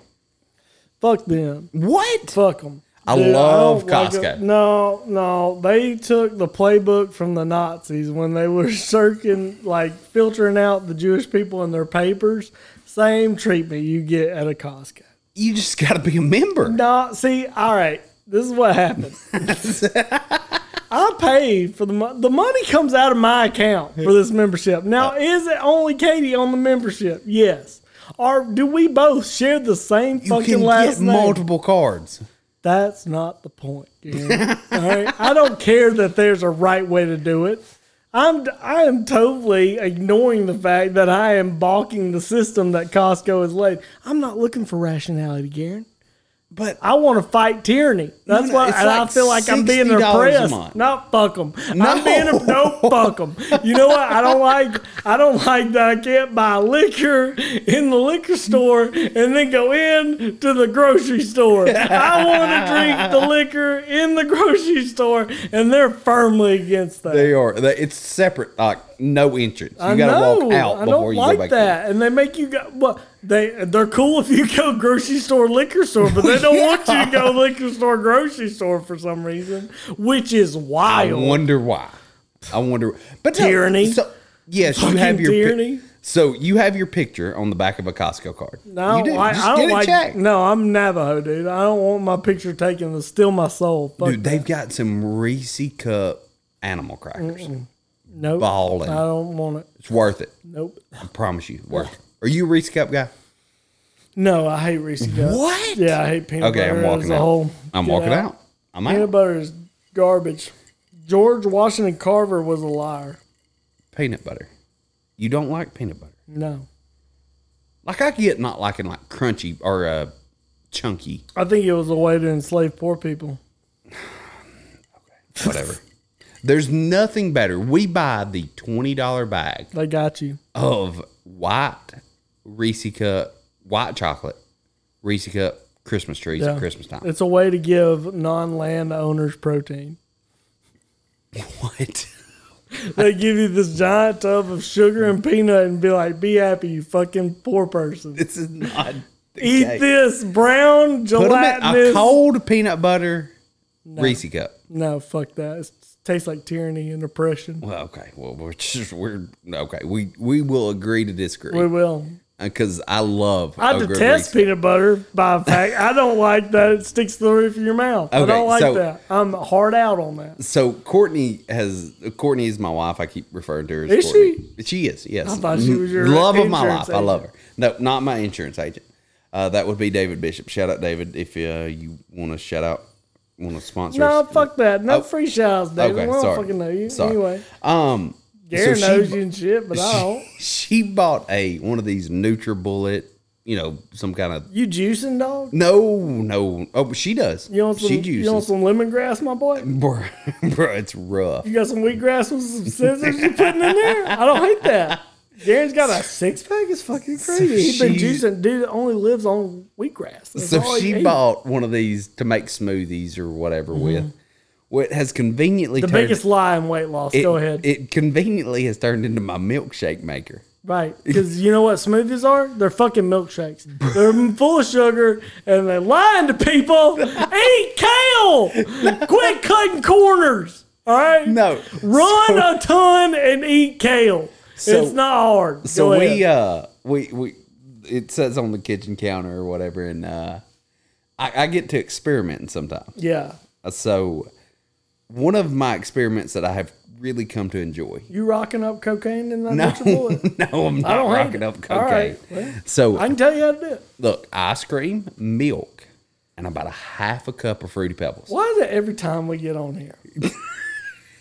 Fuck them. What? Fuck them. I love Costco. no, no, they took the playbook from the Nazis when they were circling, like filtering out the Jewish people in their papers. Same treatment you get at a Costco. You just got to be a member. No, see, all right. This is what happened. I pay for the money. The money comes out of my account for this membership. Now, is it only Katie on the membership? Yes. Or do we both share the same You fucking can last get name? multiple cards. That's not the point. Gary. all right. I don't care that there's a right way to do it. I'm I am totally ignoring the fact that I am balking the system that Costco has laid. I'm not looking for rationality, Garen. But I want to fight tyranny. That's No, no, what, it's and I like feel like I'm being $60 a oppressed. month. Not fuck them. No. I'm being a, no fuck them. You know what? I don't like. I don't like that I can't buy liquor in the liquor store and then go in to the grocery store. I want to drink the liquor in the grocery store, and they're firmly against that. they are. They, it's separate. Like no entrance. You I got to know. walk out I don't before you like go back. in. that, and they make you go. Well, they they're cool if you go grocery store, liquor store, but they don't want you to go liquor store, grocery store for some reason, which is I wild. wonder why. I wonder. But no, Tyranny. so, yes, you have Fucking your pic- tyranny. so you have your picture on the back of a Costco card. I you don't, like, Just I get don't it like. checked. No, I'm Navajo, dude. I don't want my picture taken to steal my soul. Fuck Dude, they've got some Reese cup animal crackers. nope. Balling. I don't want it. It's worth it. Nope. I promise you, worth. it. Are you a Reese cup guy? No, I hate Reese cups. What? Yeah, I hate peanut Okay, butter. as I'm walking a out. whole. I'm Get walking out. I'm out. Peanut butter is garbage. George Washington Carver was a liar. peanut butter. You don't like peanut butter. No. Like I get not liking like crunchy or uh, chunky, I think it was a way to enslave poor people. whatever. There's nothing better. We buy the twenty dollar bag They got you. of white Reese cup, white chocolate Reese cup Christmas trees Yeah. at Christmas time. It's a way to give non land owners protein. what? They give you this giant tub of sugar and peanut and be like, be happy, you fucking poor person. this is not. the Eat case. this brown Put 'em in a gelatinous. cold peanut butter Reese cup. no, fuck that. It tastes like tyranny and oppression. Well, okay. Well, we're just we're okay. We we will agree to We disagree will. because I love. I a good Reese's detest peanut butter by fact. I don't like that it sticks to the roof of your mouth. I Okay, don't like so- that. I'm hard out on that. So Courtney has Courtney is my wife. I keep referring to her. As Is Courtney. she? is. Yes. Mm-hmm. I thought she was your love of my life. insurance I love her. No, not my insurance agent. Uh, that would be David Bishop. Shout out David if uh, you want to shout out, want to sponsor. No, us. fuck that. No Oh. free shouts, David. Okay, we don't sorry. fucking know you. Sorry. Anyway. Um, Gary so she knows bu- you and shit, but I don't. She bought a one of these NutriBullet. You know, some kind of You juicing, dog? no, no. Oh, but she does. You want some? she You want juices. some lemongrass, my boy? Bruh, bruh, it's rough. You got some wheatgrass with some scissors you putting in there? I don't hate that. Darren's got a six pack. It's fucking crazy. He's been she- juicing. Dude only lives on wheatgrass. That's So all he she eats. bought one of these to make smoothies or whatever with. Well, it has conveniently Mm-hmm. the turned, biggest lie in weight loss. it, Go ahead. It conveniently has turned into my milkshake maker. Right. Because you know what smoothies are? They're fucking milkshakes. They're full of sugar and they're lying to people. Eat kale. Quit cutting corners. All right? No. Run a ton and eat kale. So- it's not hard. So Go we ahead. uh we we it says on the kitchen counter or whatever, and uh I, I get to experimenting sometimes. Uh, Yeah. So one of my experiments that I have really come to enjoy. You rocking up cocaine in that No, Dutch bullet? no, I'm not don't hate rocking it. up All cocaine. right, well, so I can tell you how to do it. look, ice cream, milk, and about a half a cup of fruity pebbles. Why is it every time we get on here?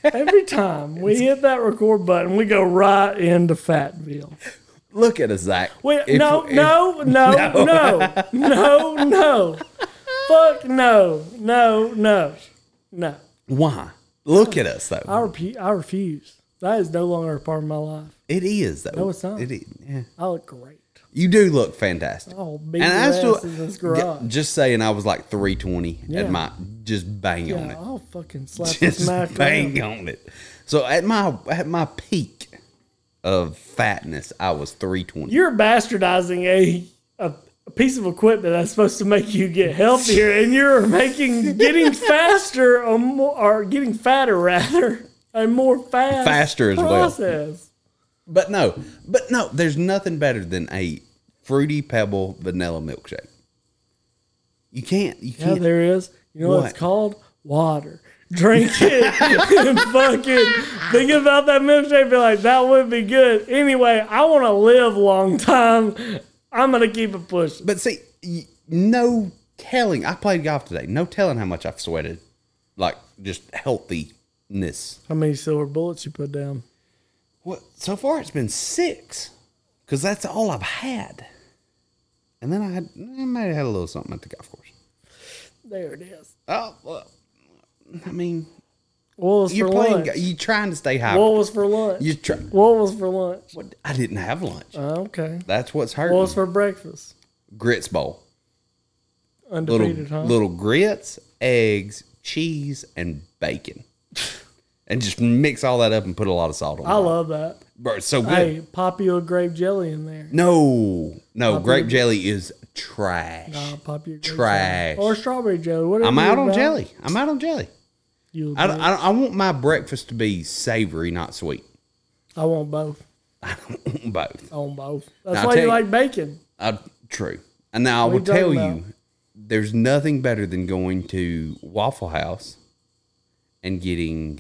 every time we hit that record button, we go right into Fatville. Look at us, Zach. Wait, If- no, if- no, no, no, no, no, Fuck no, no, no, no. Why? Look at us though. I, repeat, I refuse. That is no longer a part of my life. it is though. No, it's not. It is. Yeah. I look great. You do look fantastic. Oh, beat your ass in this garage. ju- just saying, I was like 320 Yeah. at my just bang on Yeah, it, I'll fucking slap this just smack. bang out. on it. So at my at my peak of fatness, I was 320. You're bastardizing a, a a piece of equipment that's supposed to make you get healthier, and you're making getting faster a more, or getting fatter rather a more fast Faster as well. process. But no, but no, there's nothing better than a fruity pebble vanilla milkshake. You can't. You Yeah, can't. there is. You know what, it's What? called? Water. Drink it and fucking think about that milkshake. Be like, that would be good. Anyway, I want to live a long time. I'm gonna keep it pushing. But see, y- no telling. I played golf today. No telling how much I've sweated. Like just healthiness. How many silver bullets you put down? What? So far, it's been six, because that's all I've had. And then I had, I might have had a little something at the golf course. There it is. Oh, well, I mean, What was you're for playing. lunch? go- You're trying to stay high. What was for lunch? you try. What was for lunch? What? I didn't have lunch. Oh, okay. That's what's hurting. What was for breakfast? grits bowl. Little Undefeated, huh? little grits, eggs, cheese, and bacon, and just mix all that up and put a lot of salt on. I it. love that. Bro, it's so good. Hey, pop you a grape jelly in there. No, no, grape jelly is trash. I'll pop you a grape jelly. Trash. or strawberry jelly. Whatever. I'm you're out on about. jelly. I'm out on jelly. You'll I, don't, do. I, don't, I want my breakfast to be savory, not sweet. I want both. Both. on both. That's I'll why tell you you- like bacon. Uh, true. And now What I are will you talking tell about? you, there's nothing better than going to Waffle House and getting,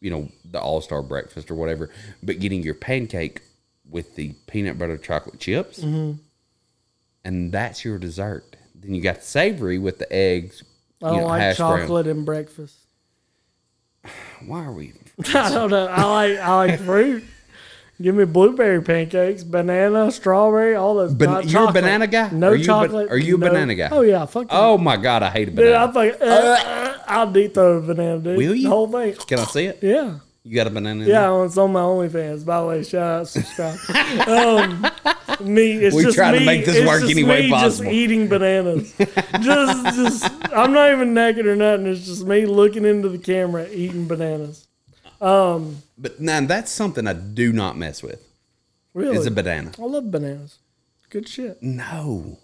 you know, the All Star breakfast or whatever, but getting your pancake with the peanut butter chocolate chips, Mm-hmm. and that's your dessert. Then you got the savory with the eggs. I don't you know, like hash brown. chocolate in breakfast. Why are we? I don't know. I like I like fruit. Give me blueberry pancakes, banana, strawberry, all those. Ban- not you're a chocolate. banana guy? No Are you a ba- chocolate. are you a no- banana guy? Oh yeah, fuck. Oh my god, I hate a yeah. banana. dude, I'm like, uh, uh, I'll deep throat a banana, dude. Will you? The whole thing. Can I see it? Yeah, You got a banana? In there? yeah. It's on my OnlyFans. By the way, shout out, subscribe. um, me, it's We just tried to me. make this it's work just any way me Just possible. eating bananas. just, just. I'm not even naked or nothing. It's just me looking into the camera eating bananas. But now that's something I do not mess with. Really? It's a banana. I love bananas. Good shit. No.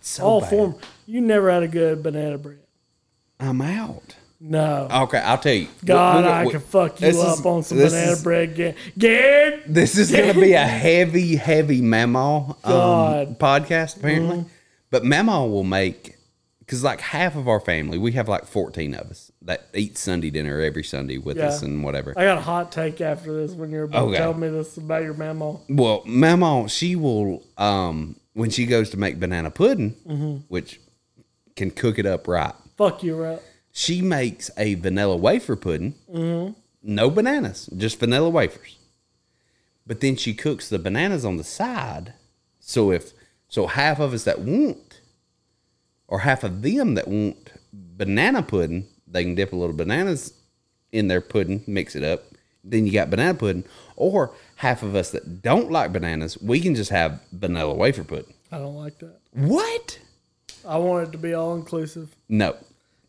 So All bad. form. You never had a good banana bread. I'm out. No. Okay, I'll tell you. God, We- we- I we- could fuck you this up is- on some this banana is- bread. Ga- Gad! This is going to be a heavy, heavy Mamaw um, God. Mm-hmm. podcast, apparently. But Mamaw will make, because like half of our family, we have like 14 of us that eat Sunday dinner every Sunday with Yeah. us and whatever. I got a hot take after this when you're about Okay. to tell me this about your mama. Well, Mama, she will um when she goes to make banana pudding, Mm-hmm. which can cook it up right. Fuck you up. She makes a vanilla wafer pudding, no bananas, just vanilla wafers. But then she cooks the bananas on the side. So if so, half of us that want, or half of them that want banana pudding, they can dip a little bananas in their pudding, mix it up, then you got banana pudding. Or half of us that don't like bananas, we can just have vanilla wafer pudding. I don't like that. What? I want it to be all inclusive. No,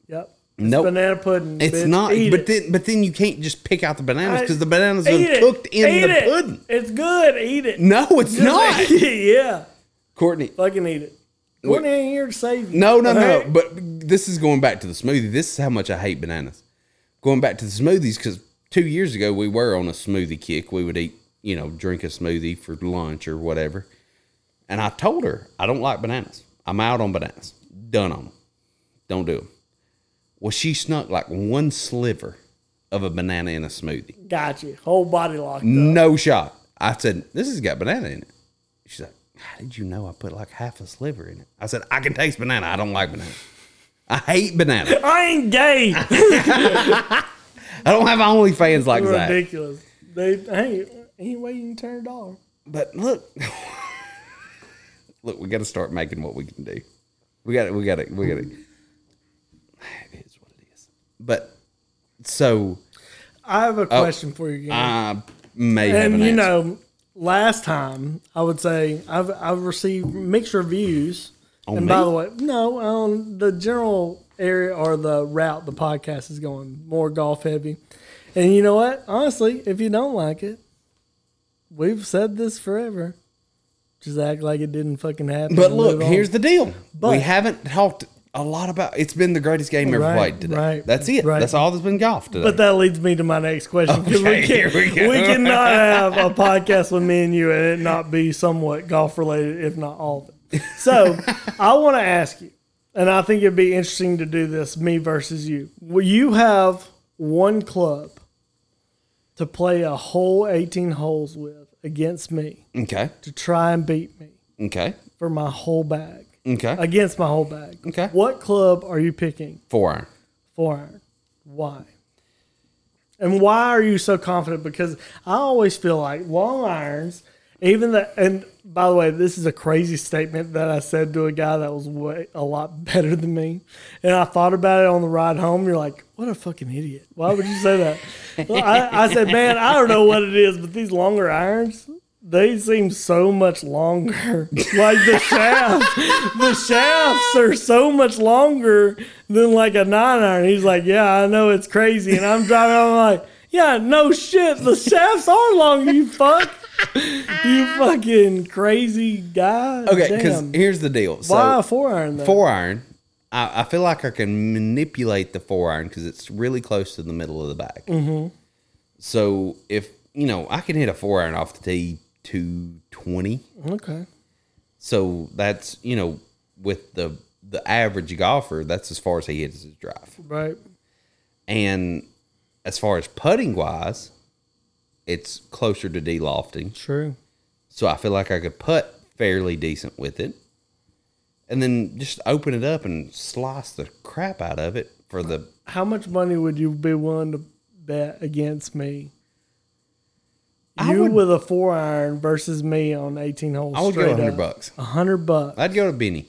Yep. Nope. Banana pudding. it's bitch. not. Eat but it. then, but then you can't just pick out the bananas because the bananas Eat are it. cooked in Eat the it. pudding. It's good. Eat it. No, it's not, yeah. Courtney. Fucking eat it. We're in here to save you. No, no, no. Alright? But this is going back to the smoothie. This is how much I hate bananas. Going back to the smoothies because two years ago we were on a smoothie kick. We would eat, you know, drink a smoothie for lunch or whatever. And I told her I don't like bananas. I'm out on bananas. Done on them. Don't do them. Well, she snuck like one sliver of a banana in a smoothie. Got you. Whole body locked up. No shot. I said, This has got banana in it. She's like, How did you know I put like half a sliver in it? I said, I can taste banana. I don't like banana. I hate banana. I ain't gay. I don't have OnlyFans like that. Ridiculous. They hey, any way you can turn a dollar. But look, look, we got to start making what we can do. We got to, we got to, we got to. It is what it is. But so I have a question for you, Gary. Oh, I may have an and you answer. know, last time I would say I've I've received mixed reviews. On and by me? the way, no, on the general area or the route the podcast is going more golf heavy. And you know what? Honestly, if you don't like it, we've said this forever. Just act like it didn't fucking happen. But and look, move on. here's the deal. we But- haven't talked a lot about. It's been the greatest game ever Right, played today. right, that's it. right. That's all that's been golf today. But that leads me to my next question because Okay, we, here can, we we, go. cannot have a podcast with me and you and it not be somewhat golf related, if not all of it. So I want to ask you, and I think it'd be interesting to do this me versus you. Well, you have one club to play a whole 18 holes with against me okay. to try and beat me Okay. for my whole bag, Okay. against my whole bag. Okay. What club are you picking? Four iron. four iron. Why? And why are you so confident? Because I always feel like long irons, even the and by the way, this is a crazy statement that I said to a guy that was way, a lot better than me. And I thought about it on the ride home. You're like, what a fucking idiot. Why would you say that? Well, I, I said, man, I don't know what it is, but these longer irons, they seem so much longer. like the shaft, the shafts are so much longer than like a nine iron. He's like, yeah, I know it's crazy, and I'm driving. I'm like, yeah, no shit, the shafts are long. You fuck, you fucking crazy guy. Okay. Because Damn. here's the deal. So why a four iron though? four iron. I, I feel like I can manipulate the four iron because it's really close to the middle of the bag. Mm-hmm. So if you know, I can hit a four iron off the tee two twenty. Okay, So that's you know, with the the average golfer, that's as far as he hits his drive. right. And as far as putting wise, it's closer to D lofting. True. So I feel like I could putt fairly decent with it. And then just open it up and slice the crap out of it for the How much money would you be willing to bet against me? I you would- with a four iron versus me on eighteen holes. I would go straight hundred up. bucks. A hundred bucks. I'd go to Benny.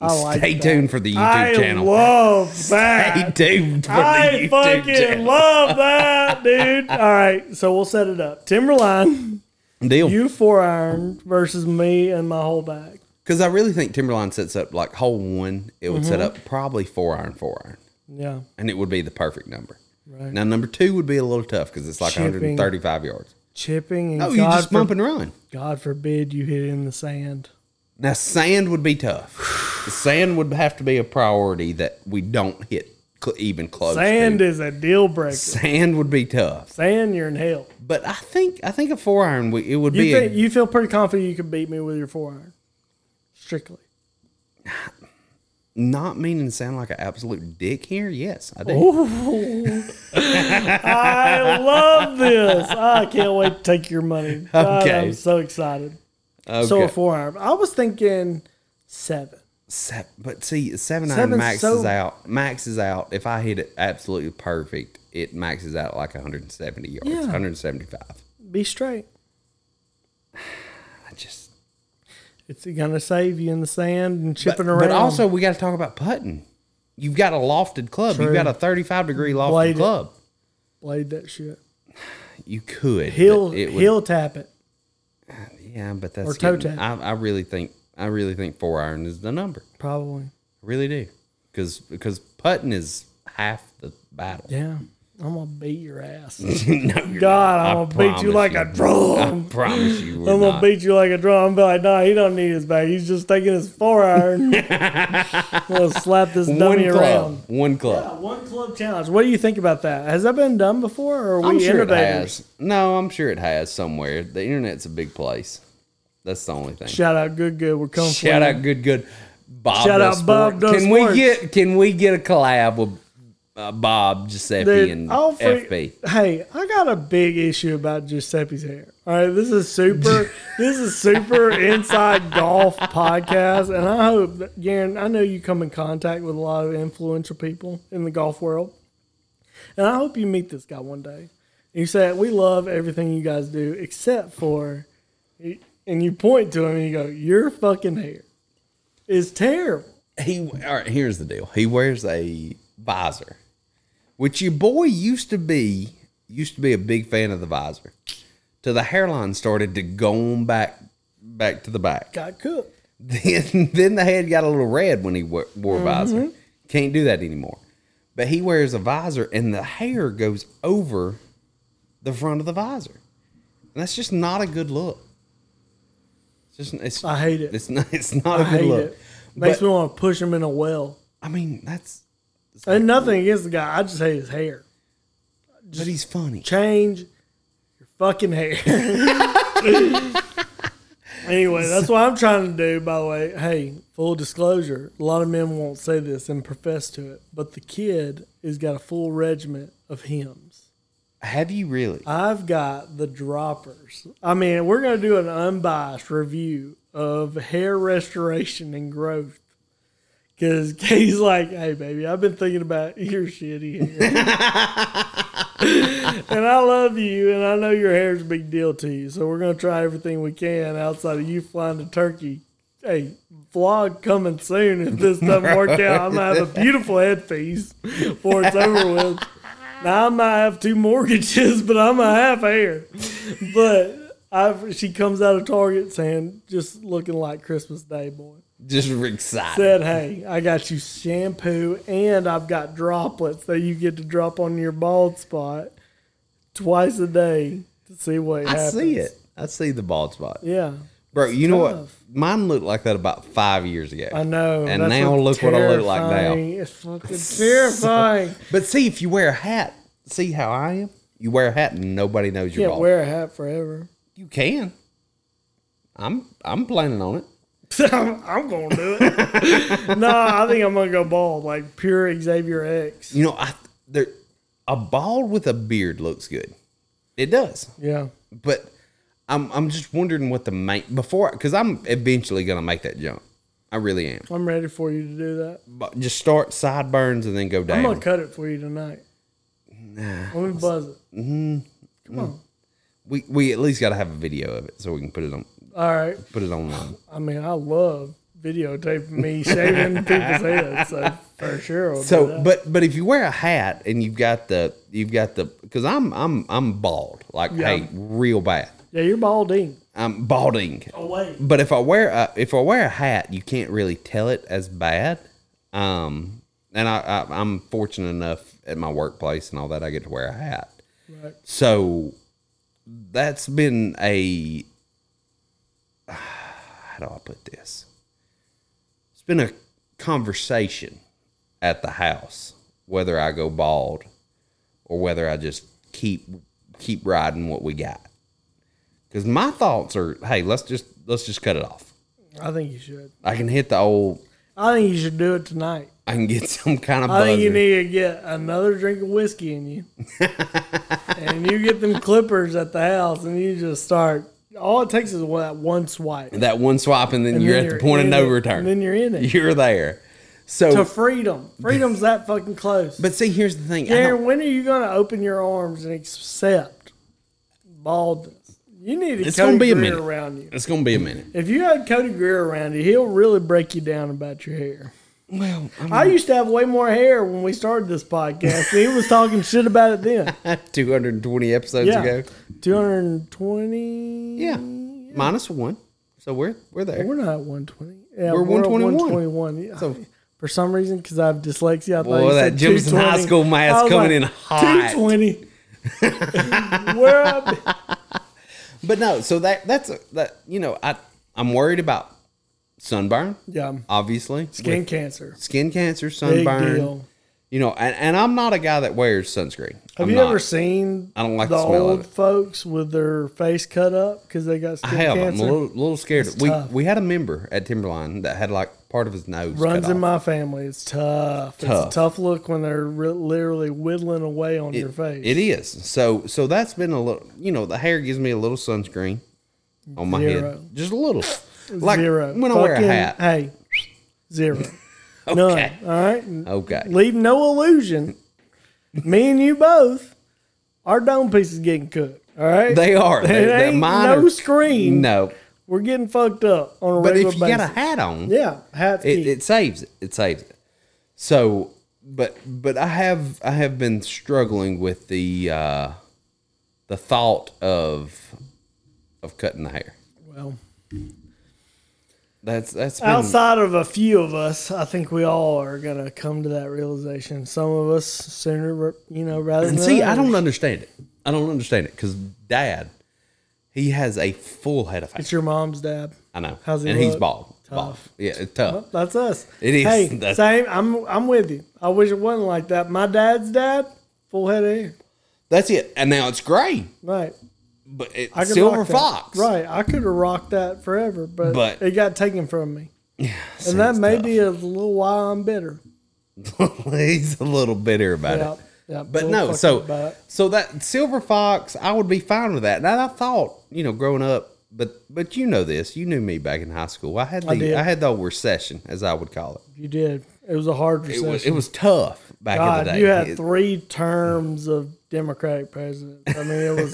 I like Stay that. tuned for the YouTube I channel. love Stay that. tuned for the I YouTube fucking channel. love that, dude. All right, so we'll set it up. Timberline, Deal. you four iron versus me and my whole bag. Because I really think Timberline sets up like hole one, it would set Mm-hmm. up probably four iron, four iron. Yeah, And it would be the perfect number. Right. Now number two would be a little tough because it's like Chipping. 135 yards. chipping and Oh, you God, just for- bump and run. God forbid you hit it in the sand. Now, sand would be tough. sand would have to be a priority that we don't hit cl- even close. Sand to. is a deal breaker. sand would be tough. Sand, you're in hell. But I think I think a four iron we, it would You be. think A, you feel pretty confident you could beat me with your four iron? Strictly. not meaning to sound like an absolute dick here. Yes, I do. I love this. Ah, I can't wait to take your money. God, Okay. I'm so excited. okay. Oh, So a forearm. I was thinking seven. Se- but see, seven iron Seven's maxes so- out. Maxes out. If I hit it absolutely perfect, it maxes out like 170 yards, Yeah. 175. Be straight. I just. It's gonna save you in the sand and But, chipping around. but also, we got to talk about putting. You've got a lofted club. True. You've got a 35 degree lofted Blade it. club. Blade that shit. You could. but He'll it would- he'll tap it. Yeah, but that's or toe getting- I, tap. I really think I really think four iron is the number. Probably. I really do. Because because putting is half the battle. Yeah. I'm gonna beat your ass. no, you're God, not. I'm I gonna beat you like promise a drum. I promise you. We're I'm gonna not. beat you like a drum. I'm be like, nah, he don't need his back. He's just taking his four iron. I'm gonna slap this one dummy club. around. One club. Yeah, one club challenge. What do you think about that? Has that been done before, or are we I'm sure it innovators? has. No, I'm sure it has somewhere. The internet's a big place. That's the only thing. Shout out, good, good. We're coming. for Shout you. out, good, good. Bob. Shout does out, Bob sport. does Can sports. we get Can we get a collab with uh, Bob Giuseppe Dude, and I'll freak- FB? Hey, I got a big issue about Giuseppe's hair. All right, this is super. this is super inside golf podcast, and I hope that Garen. I know you come in contact with a lot of influential people in the golf world, and I hope you meet this guy one day. And you say we love everything you guys do except for, and you point to him and you go, "Your fucking hair is terrible." He all right. Here's the deal. He wears a visor, which your boy used to be used to be a big fan of the visor. Till the hairline started to go on back back to the back. Got cooked. then then the head got a little red when he wore, wore Mm-hmm. a visor. Can't do that anymore. But he wears a visor, and the hair goes over the front of the visor, and that's just not a good look. It's just it's, I hate it. It's not it's not a I good hate look. it. Makes But- me want to push him in a well. I mean, that's And nothing against the guy. I just hate his hair. but he's funny. Change your fucking hair. anyway, that's what I'm trying to do, by the way. Hey, full disclosure a lot of men won't say this and profess to it, but the kid has got a full regiment of hymns. Have you really? I've got the droppers. I mean, we're going to do an unbiased review of hair restoration and growth. Because Katie's like, hey, baby, I've been thinking about your shitty hair. and I love you, and I know your hair's a big deal to you. So we're going to try everything we can outside of you flying to Turkey. Hey, vlog coming soon. If this doesn't work out, I'm going to have a beautiful headpiece before it's over with. Now I might have two mortgages, but I'm a half heir. But I've, she comes out of Target saying, just looking like Christmas Day, boy. Just excited. Said, hey, I got you shampoo and I've got droplets that you get to drop on your bald spot twice a day to see what I happens. see it. I see the bald spot, Yeah, bro. You know what? tough. Mine looked like that about five years ago. I know. And now look what I look like now. terrifying- It's fucking terrifying. But see, if you wear a hat, see how I am. You wear a hat and nobody knows you're Can't bald. wear a hat forever. you can. I'm I'm planning on it. I'm, I'm gonna do it. no, I think I'm gonna go bald, like pure Xavier X. You know, I there a bald with a beard looks good. It does. Yeah, But I'm I'm just wondering what the main before because I'm eventually gonna make that jump. I really am. I'm ready for you to do that. But just start sideburns and then go I'm down. gonna cut it for you tonight. Nah, let me buzz it. we we at least gotta have a video of it so we can put it on All right. put it online. I mean, I love videotaping me shaving people's heads, so for sure. I'll do So, that. but but if you wear a hat and you've got the you've got the because I'm I'm I'm bald like hey real bad yeah, you're balding. I'm balding. Oh wait, But if I wear a if I wear a hat, you can't really tell it as bad. Um, and I, I I'm fortunate enough at my workplace and all that I get to wear a hat. Right. So that's been a how do I put this? It's been a conversation at the house whether I go bald or whether I just keep keep riding what we got. Cuz my thoughts are, hey, let's just let's just cut it off. I think you should. I can hit the old I think you should do it tonight. I can get some kind of I think Oh, you buzzer. need to get another drink of whiskey in you, and you get them clippers at the house, and you just start. All it takes is that one swipe. that one swipe and then And you're then at the point of in no it, return. And then you're in it You're there. So to freedom. Freedom's that fucking close. But But see, here's the thing. I Darren, don't- when are you gonna open your arms and accept baldness? You need to It's Cody gonna be a Greer minute. around you. it's gonna be a minute. If you had Cody Greer around you, he'll really break you down about your hair. Well, I mean, I used to have way more hair when we started this podcast. He was talking shit about it then. 220 episodes Yeah, ago. two hundred and twenty. Yeah. Minus one. So we're we're there. We're not one twenty. Yeah, We're 121. One twenty one. So- for some reason, because I have dyslexia, I thought Boy, you said that Jimson 220. High School math's I was coming in hot. Two twenty. Where I be? But no, so that that's a, that you know, I I'm worried about sunburn, Yeah, obviously. skin with cancer. skin cancer, Big sunburn. deal. You know, and, and I'm not a guy that wears sunscreen. Have I'm you not. ever seen I don't like the the smell of old it. folks with their face cut up because they got I skin have. I'm a cancer? little, little scared. We tough. we had a member at Timberline that had like part of his nose Runs cut in off. my family. It's tough. It's Tough. a tough look when they're re- literally whittling away on your face. It is. So so that's been a little. You know, the hair gives me a little sunscreen on my Zero. head, just a little. Like zero. when I wear a Fucking- hat. Hey, zero. Okay. None. All right. Okay. Leave no illusion. Me and you both, our dome piece is getting cooked. All right. They are. They, It they- ain't mine no are- screen. No. We're getting fucked up on a But regular if you basis. got a hat on, yeah, hat it, it saves it. It saves it. So, but but I have I have been struggling with the uh, the thought of of cutting the hair. well, Hmm. That's that's been, outside of a few of us, I think we all are gonna come to that realization. Some of us sooner, you know, rather than And see, I don't others. understand it. I don't understand it because Dad, he has a full head of hair. It's your mom's dad. I know, How's he and he's look? bald. Bald. Yeah, it's tough. That's us. It is. Hey, That's- same. I'm I'm with you. I wish it wasn't like that. My dad's dad, full head of hair. That's it. And now it's gray, Right. but it, I could silver rock that. fox. Right. I could have rocked that forever, but, But- it got taken from me. Yeah. And that sounds may tough. be a little while I'm bitter. he's a little bitter about Yeah. it. yeah But we'll fuck up no, about so it. so that silver fox, I would be fine with that. And I thought, you know, growing up, but but you know this, you knew me back in high school. I had the did. I, had the old recession, as I would call it. you did. It was a hard It recession. was it was tough back in God, the day. you had It- three terms of Democratic presidents. I mean, it was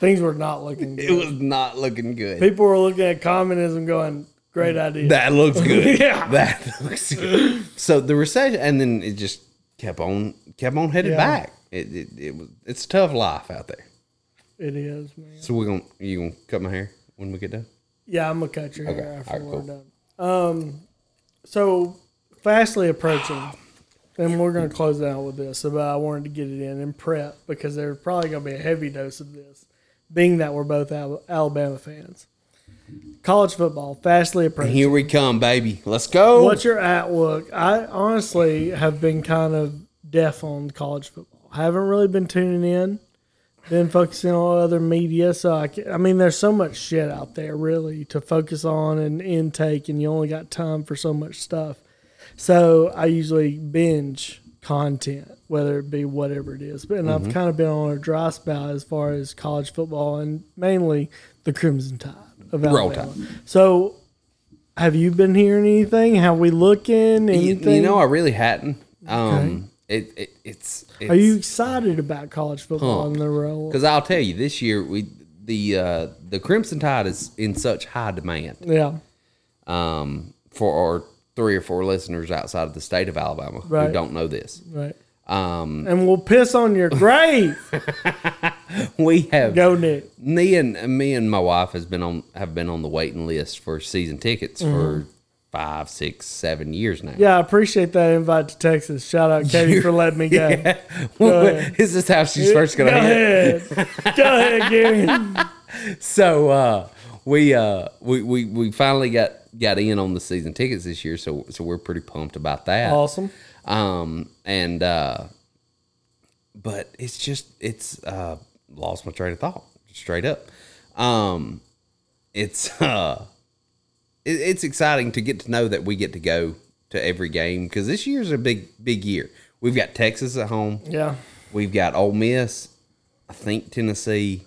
things were not looking good. it was not looking good. People were looking at communism, going, "Great idea." Mm. That looks good. Yeah. That looks good. So the recession and then it just kept on kept on headed Yeah. back. It, it it was it's a tough life out there. It is, man. So we're gonna you gonna cut my hair when we get done? Yeah, I'm gonna cut your hair Okay, after alright, we're cool. done. Um, so fastly approaching, and we're gonna close it out with this. But I wanted to get it in and prep because there's probably gonna be a heavy dose of this, being that we're both Al- Alabama fans. College football fastly approaching. Here we come, baby. Let's go. What's your outlook? I honestly have been kind of deaf on college football. haven't really been tuning in, been focusing on other media. So I, ca- I mean, there's so much shit out there really to focus on and intake, and you only got time for so much stuff. So I usually binge content, whether it be whatever it is. And I've kind of been on a dry spell as far as college football and mainly the Crimson Tide of Roll Alabama. So have you been hearing anything? How we looking? you, Anything? you know, I really hadn't. Um, it, it it's, it's Are you excited about college football in the roll? Because I'll tell you, this year we the uh, the Crimson Tide is in such high demand Yeah, um, for our three or four listeners outside of the state of Alabama Right. who don't know this. right. Um, and we'll piss on your grave. We have Go Nick. me and me and my wife has been on have been on the waiting list for season tickets for five, six, seven years now. Yeah, I appreciate that invite to Texas. Shout out Katie for letting me go. ahead. is this how she's first Go gonna hit? ahead. Go ahead, Gary. so uh, we uh we, we we finally got got in on the season tickets this year so so we're pretty pumped about that Awesome. um and uh but it's just it's uh lost my train of thought straight up um it's uh it, it's exciting to get to know that we get to go to every game because this year's a big big year we've got texas at home Yeah. we've got ole miss i think tennessee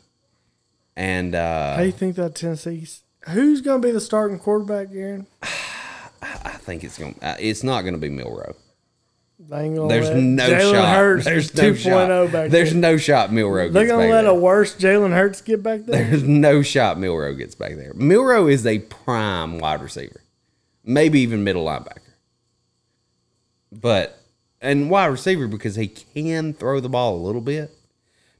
and uh How you think that Tennessee's? Who's going to be the starting quarterback, Garen? I think it's going. to It's not going to be Milrow. They ain't gonna There's let- no Jalen shot. Hurts There's no 2.0 shot. back There's there. no shot Milrow. They're gets going back to let there. a worse Jalen Hurts get back there? There's no shot Milrow gets back there. Milrow is a prime wide receiver, maybe even middle linebacker. But and wide receiver because he can throw the ball a little bit.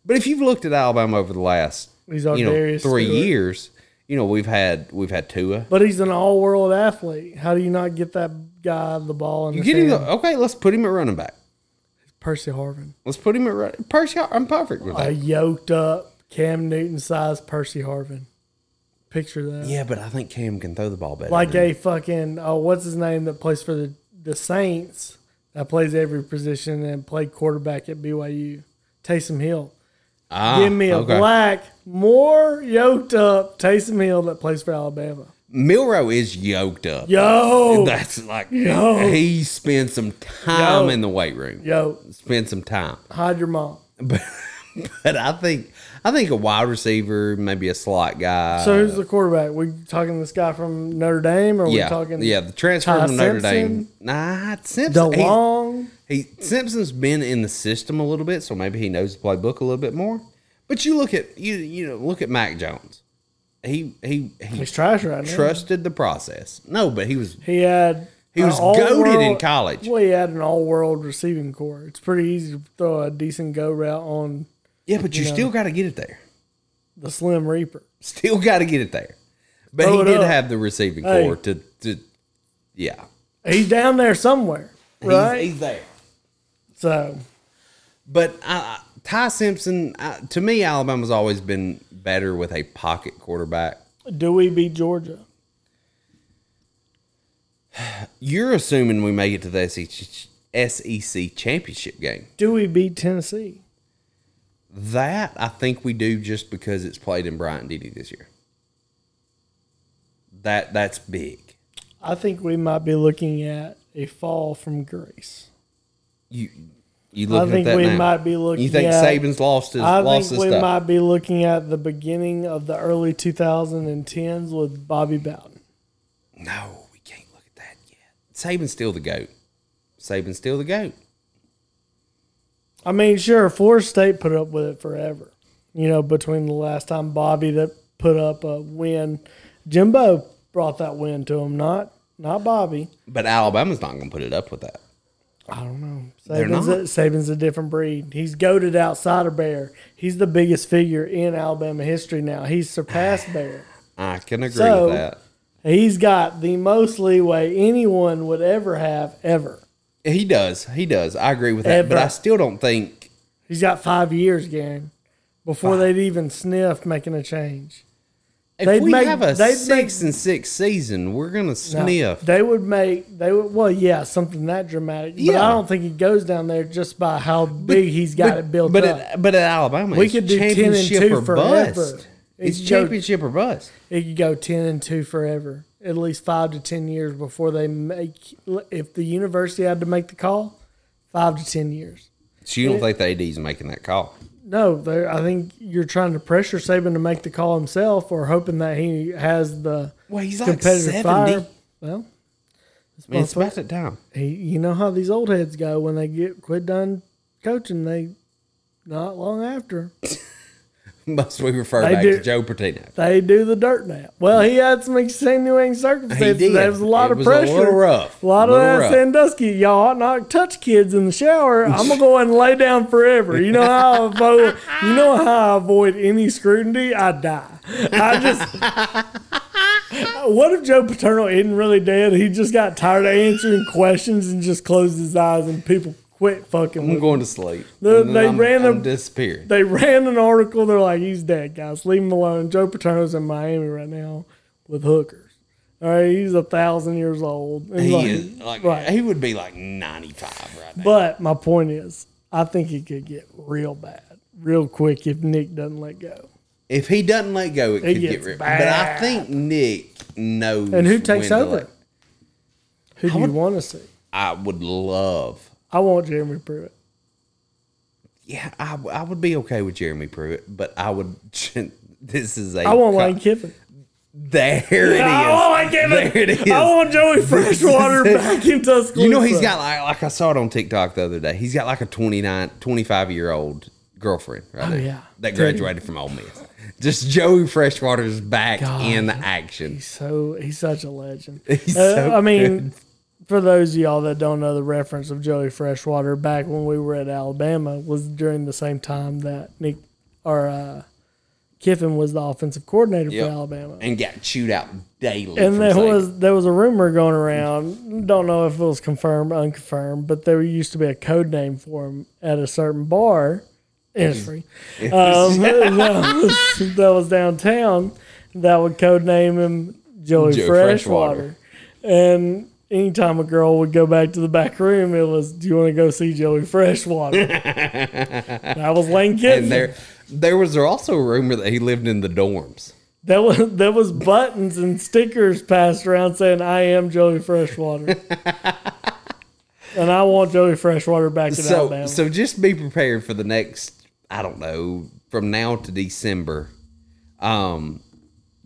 But if you've looked at Alabama over the last He's our you know Darius three Stewart. years, you know we've had we've had Tua. But he's an all-world athlete. How do you not get that guy the ball in You the get him hand? the, okay. Let's put him at running back. Percy Harvin, Let's put him at running. Percy, I'm perfect with a that. yoked up Cam Newton sized Percy Harvin. Picture that. yeah, but I think Cam can throw the ball better. like than- a fucking oh, what's his name that plays for the the Saints that plays every position and played quarterback at BYU, Taysom Hill. Ah, Give me a okay. black, more yoked up Taysom Hill that plays for Alabama. Milrow is yoked up. Yo, That's like Yo. he spent some time Yo. in the weight room. yo, Spent some time. hide your mom. But but I think I think a wide receiver, maybe a slot guy. So who's the quarterback? We talking this guy from Notre Dame, or Uh, yeah, we talking yeah, the transfer Ty from Notre Dame. Simpson? Nah, Simpson. he- DeLong? He Simpson's been in the system a little bit, so maybe he knows the playbook a little bit more. But you look at you you know look at Mac Jones. He he he He's trash right now. trusted the process. No, but he was He had He an was goated in all-world- college. Well, he had an all-world receiving core. It's pretty easy to throw a decent go route on yeah, but you Yeah. still got to get it there. the Slim Reaper. Still got to get it there. But Throw he it did up. have the receiving Hey. core to to yeah. He's down there somewhere, right? He's, he's there. so But uh, Ty Simpson, uh, to me, Alabama's always been better with a pocket quarterback. do we beat Georgia? You're assuming we make it to the E SEC, SEC E championship game. Do we beat Tennessee? That I think we do just because it's played in Bryant Diddy this year. That that's big. I think we might be looking at a fall from grace. You you I looking think at that we now. might be looking. You think at, Saban's lost his I lost think his we stuff? might be looking at the beginning of the early 2010s with Bobby Bowden. No, we can't look at that yet. Saban's still the goat. Saban's still the goat. I mean, sure, Florida State put up with it forever. You know, between the last time Bobby that put up a win, Jimbo brought that win to him, not not Bobby. But Alabama's not going to put it up with that. I don't know. They're Saban's not. a, Saban's a different breed. He's goaded outside of Bear. He's the biggest figure in Alabama history now. He's surpassed Bear. I can agree So- with that. He's got the most leeway anyone would ever have ever. He does. He does. I agree with that. But Ever. I still don't think. He's got five years, Garen, before they'd even sniff making a change. If They'd we make- have a they'd make- six and six season, we're gonna No, sniff. They would make they would well, yeah, something that dramatic. But Yeah. I don't think he goes down there just by how big he's got but, it built but up. At, but at Alabama, We it's could do 10 and championship 2 or forever. bust. It's It's go- championship or bust. it could go ten and two forever, at least five to ten years before they make. If the university had to make the call, five to ten years. So you don't think the AD's making that call? No, they're- I think you're trying to pressure Saban to make the call himself, or hoping that he has the Well, he's like competitive seventy. fire. Well, I mean, it's about that time. he, you know how these old heads go when they get quit done coaching, they not long after Must we refer They back do. to Joe Patino? they do the dirt nap. Well, he had some extenuating circumstances. There was a lot It of was pressure. A little rough. A lot A of little that rough. Sandusky, y'all ought not touch kids in the shower. I'm gonna go and lay down forever. You know how I avoid, you know how I avoid any scrutiny. I die. I just. What if Joe Paterno isn't really dead? He just got tired of answering questions and just closed his eyes, and people quit fucking. I'm With him. going to sleep. The- And then they I'm- ran I'm a- disappearing. They ran an article. They're like, he's dead, guys. Leave him alone. Joe Paterno's in Miami right now with hookers. All right, he's a thousand years old. And He like- is like right. he would be like 95 right now. But my point is, I think it could get real bad, real quick if Nick doesn't let go. If he doesn't let go, it, could get gets ripped. But I bad. think Nick knows. And who when takes to over? let- Who do you want to see? I would love. I want Jeremy Pruitt. Yeah, I, w- I would be okay with Jeremy Pruitt, but I would. This is a. I want co- Lane Kiffin. There it is. I want Lane There it is. Kiffin. I want Joey Freshwater is it. back in Tuscaloosa. you know, he's got like, like I saw it on TikTok the other day. He's got like a 29, 25 year old girlfriend right there Oh, yeah. that graduated from Ole Miss. Just Joey Freshwater's back in action. so he's such a legend. He's Uh, so I mean, for those of y'all that don't know, the reference of Joey Freshwater back when we were at Alabama was during the same time that Nick or uh, Kiffin was the offensive coordinator Yep. for Alabama. and got chewed out daily. And from there Saban. was there was a rumor going around. Don't know if it was confirmed, unconfirmed, but there used to be a code name for him at a certain bar. Hmm. Industry um, that, was, that was downtown. That would code name him Joey Joe Freshwater. And anytime a girl would go back to the back room, it was, "Do you want to go see Joey Freshwater?" that was Lane Kiffin. and there there was also a rumor that he lived in the dorms. That was that was buttons and stickers passed around saying "I am Joey Freshwater," and I want Joey Freshwater back in so Alabama. so just be prepared for the next I don't know from now to December, um,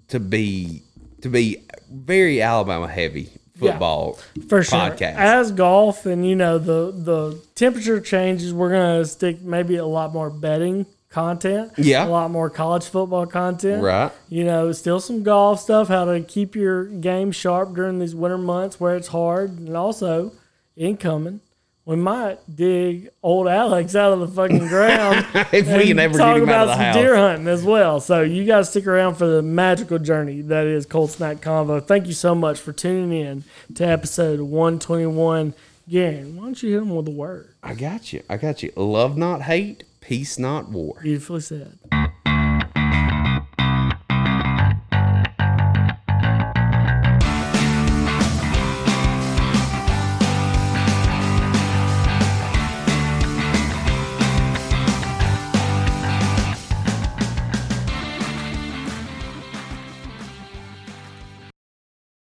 to be to be very Alabama heavy football For sure, podcast. as golf and you know the the temperature changes, we're gonna stick maybe a lot more betting content. Yeah. a lot more college football content. Right. You know, still some golf stuff. How to keep your game sharp during these winter months where it's hard, and also incoming. We might dig old Alex out of the fucking ground. if we can ever get talk him about out of the some house. deer hunting as well. So you guys stick around for the magical journey that is Cold Snack Convo. Thank you so much for tuning in to episode 121. Garen, why don't you hit him with a word? I got you. I got you. Love not hate, peace not war. Beautifully said.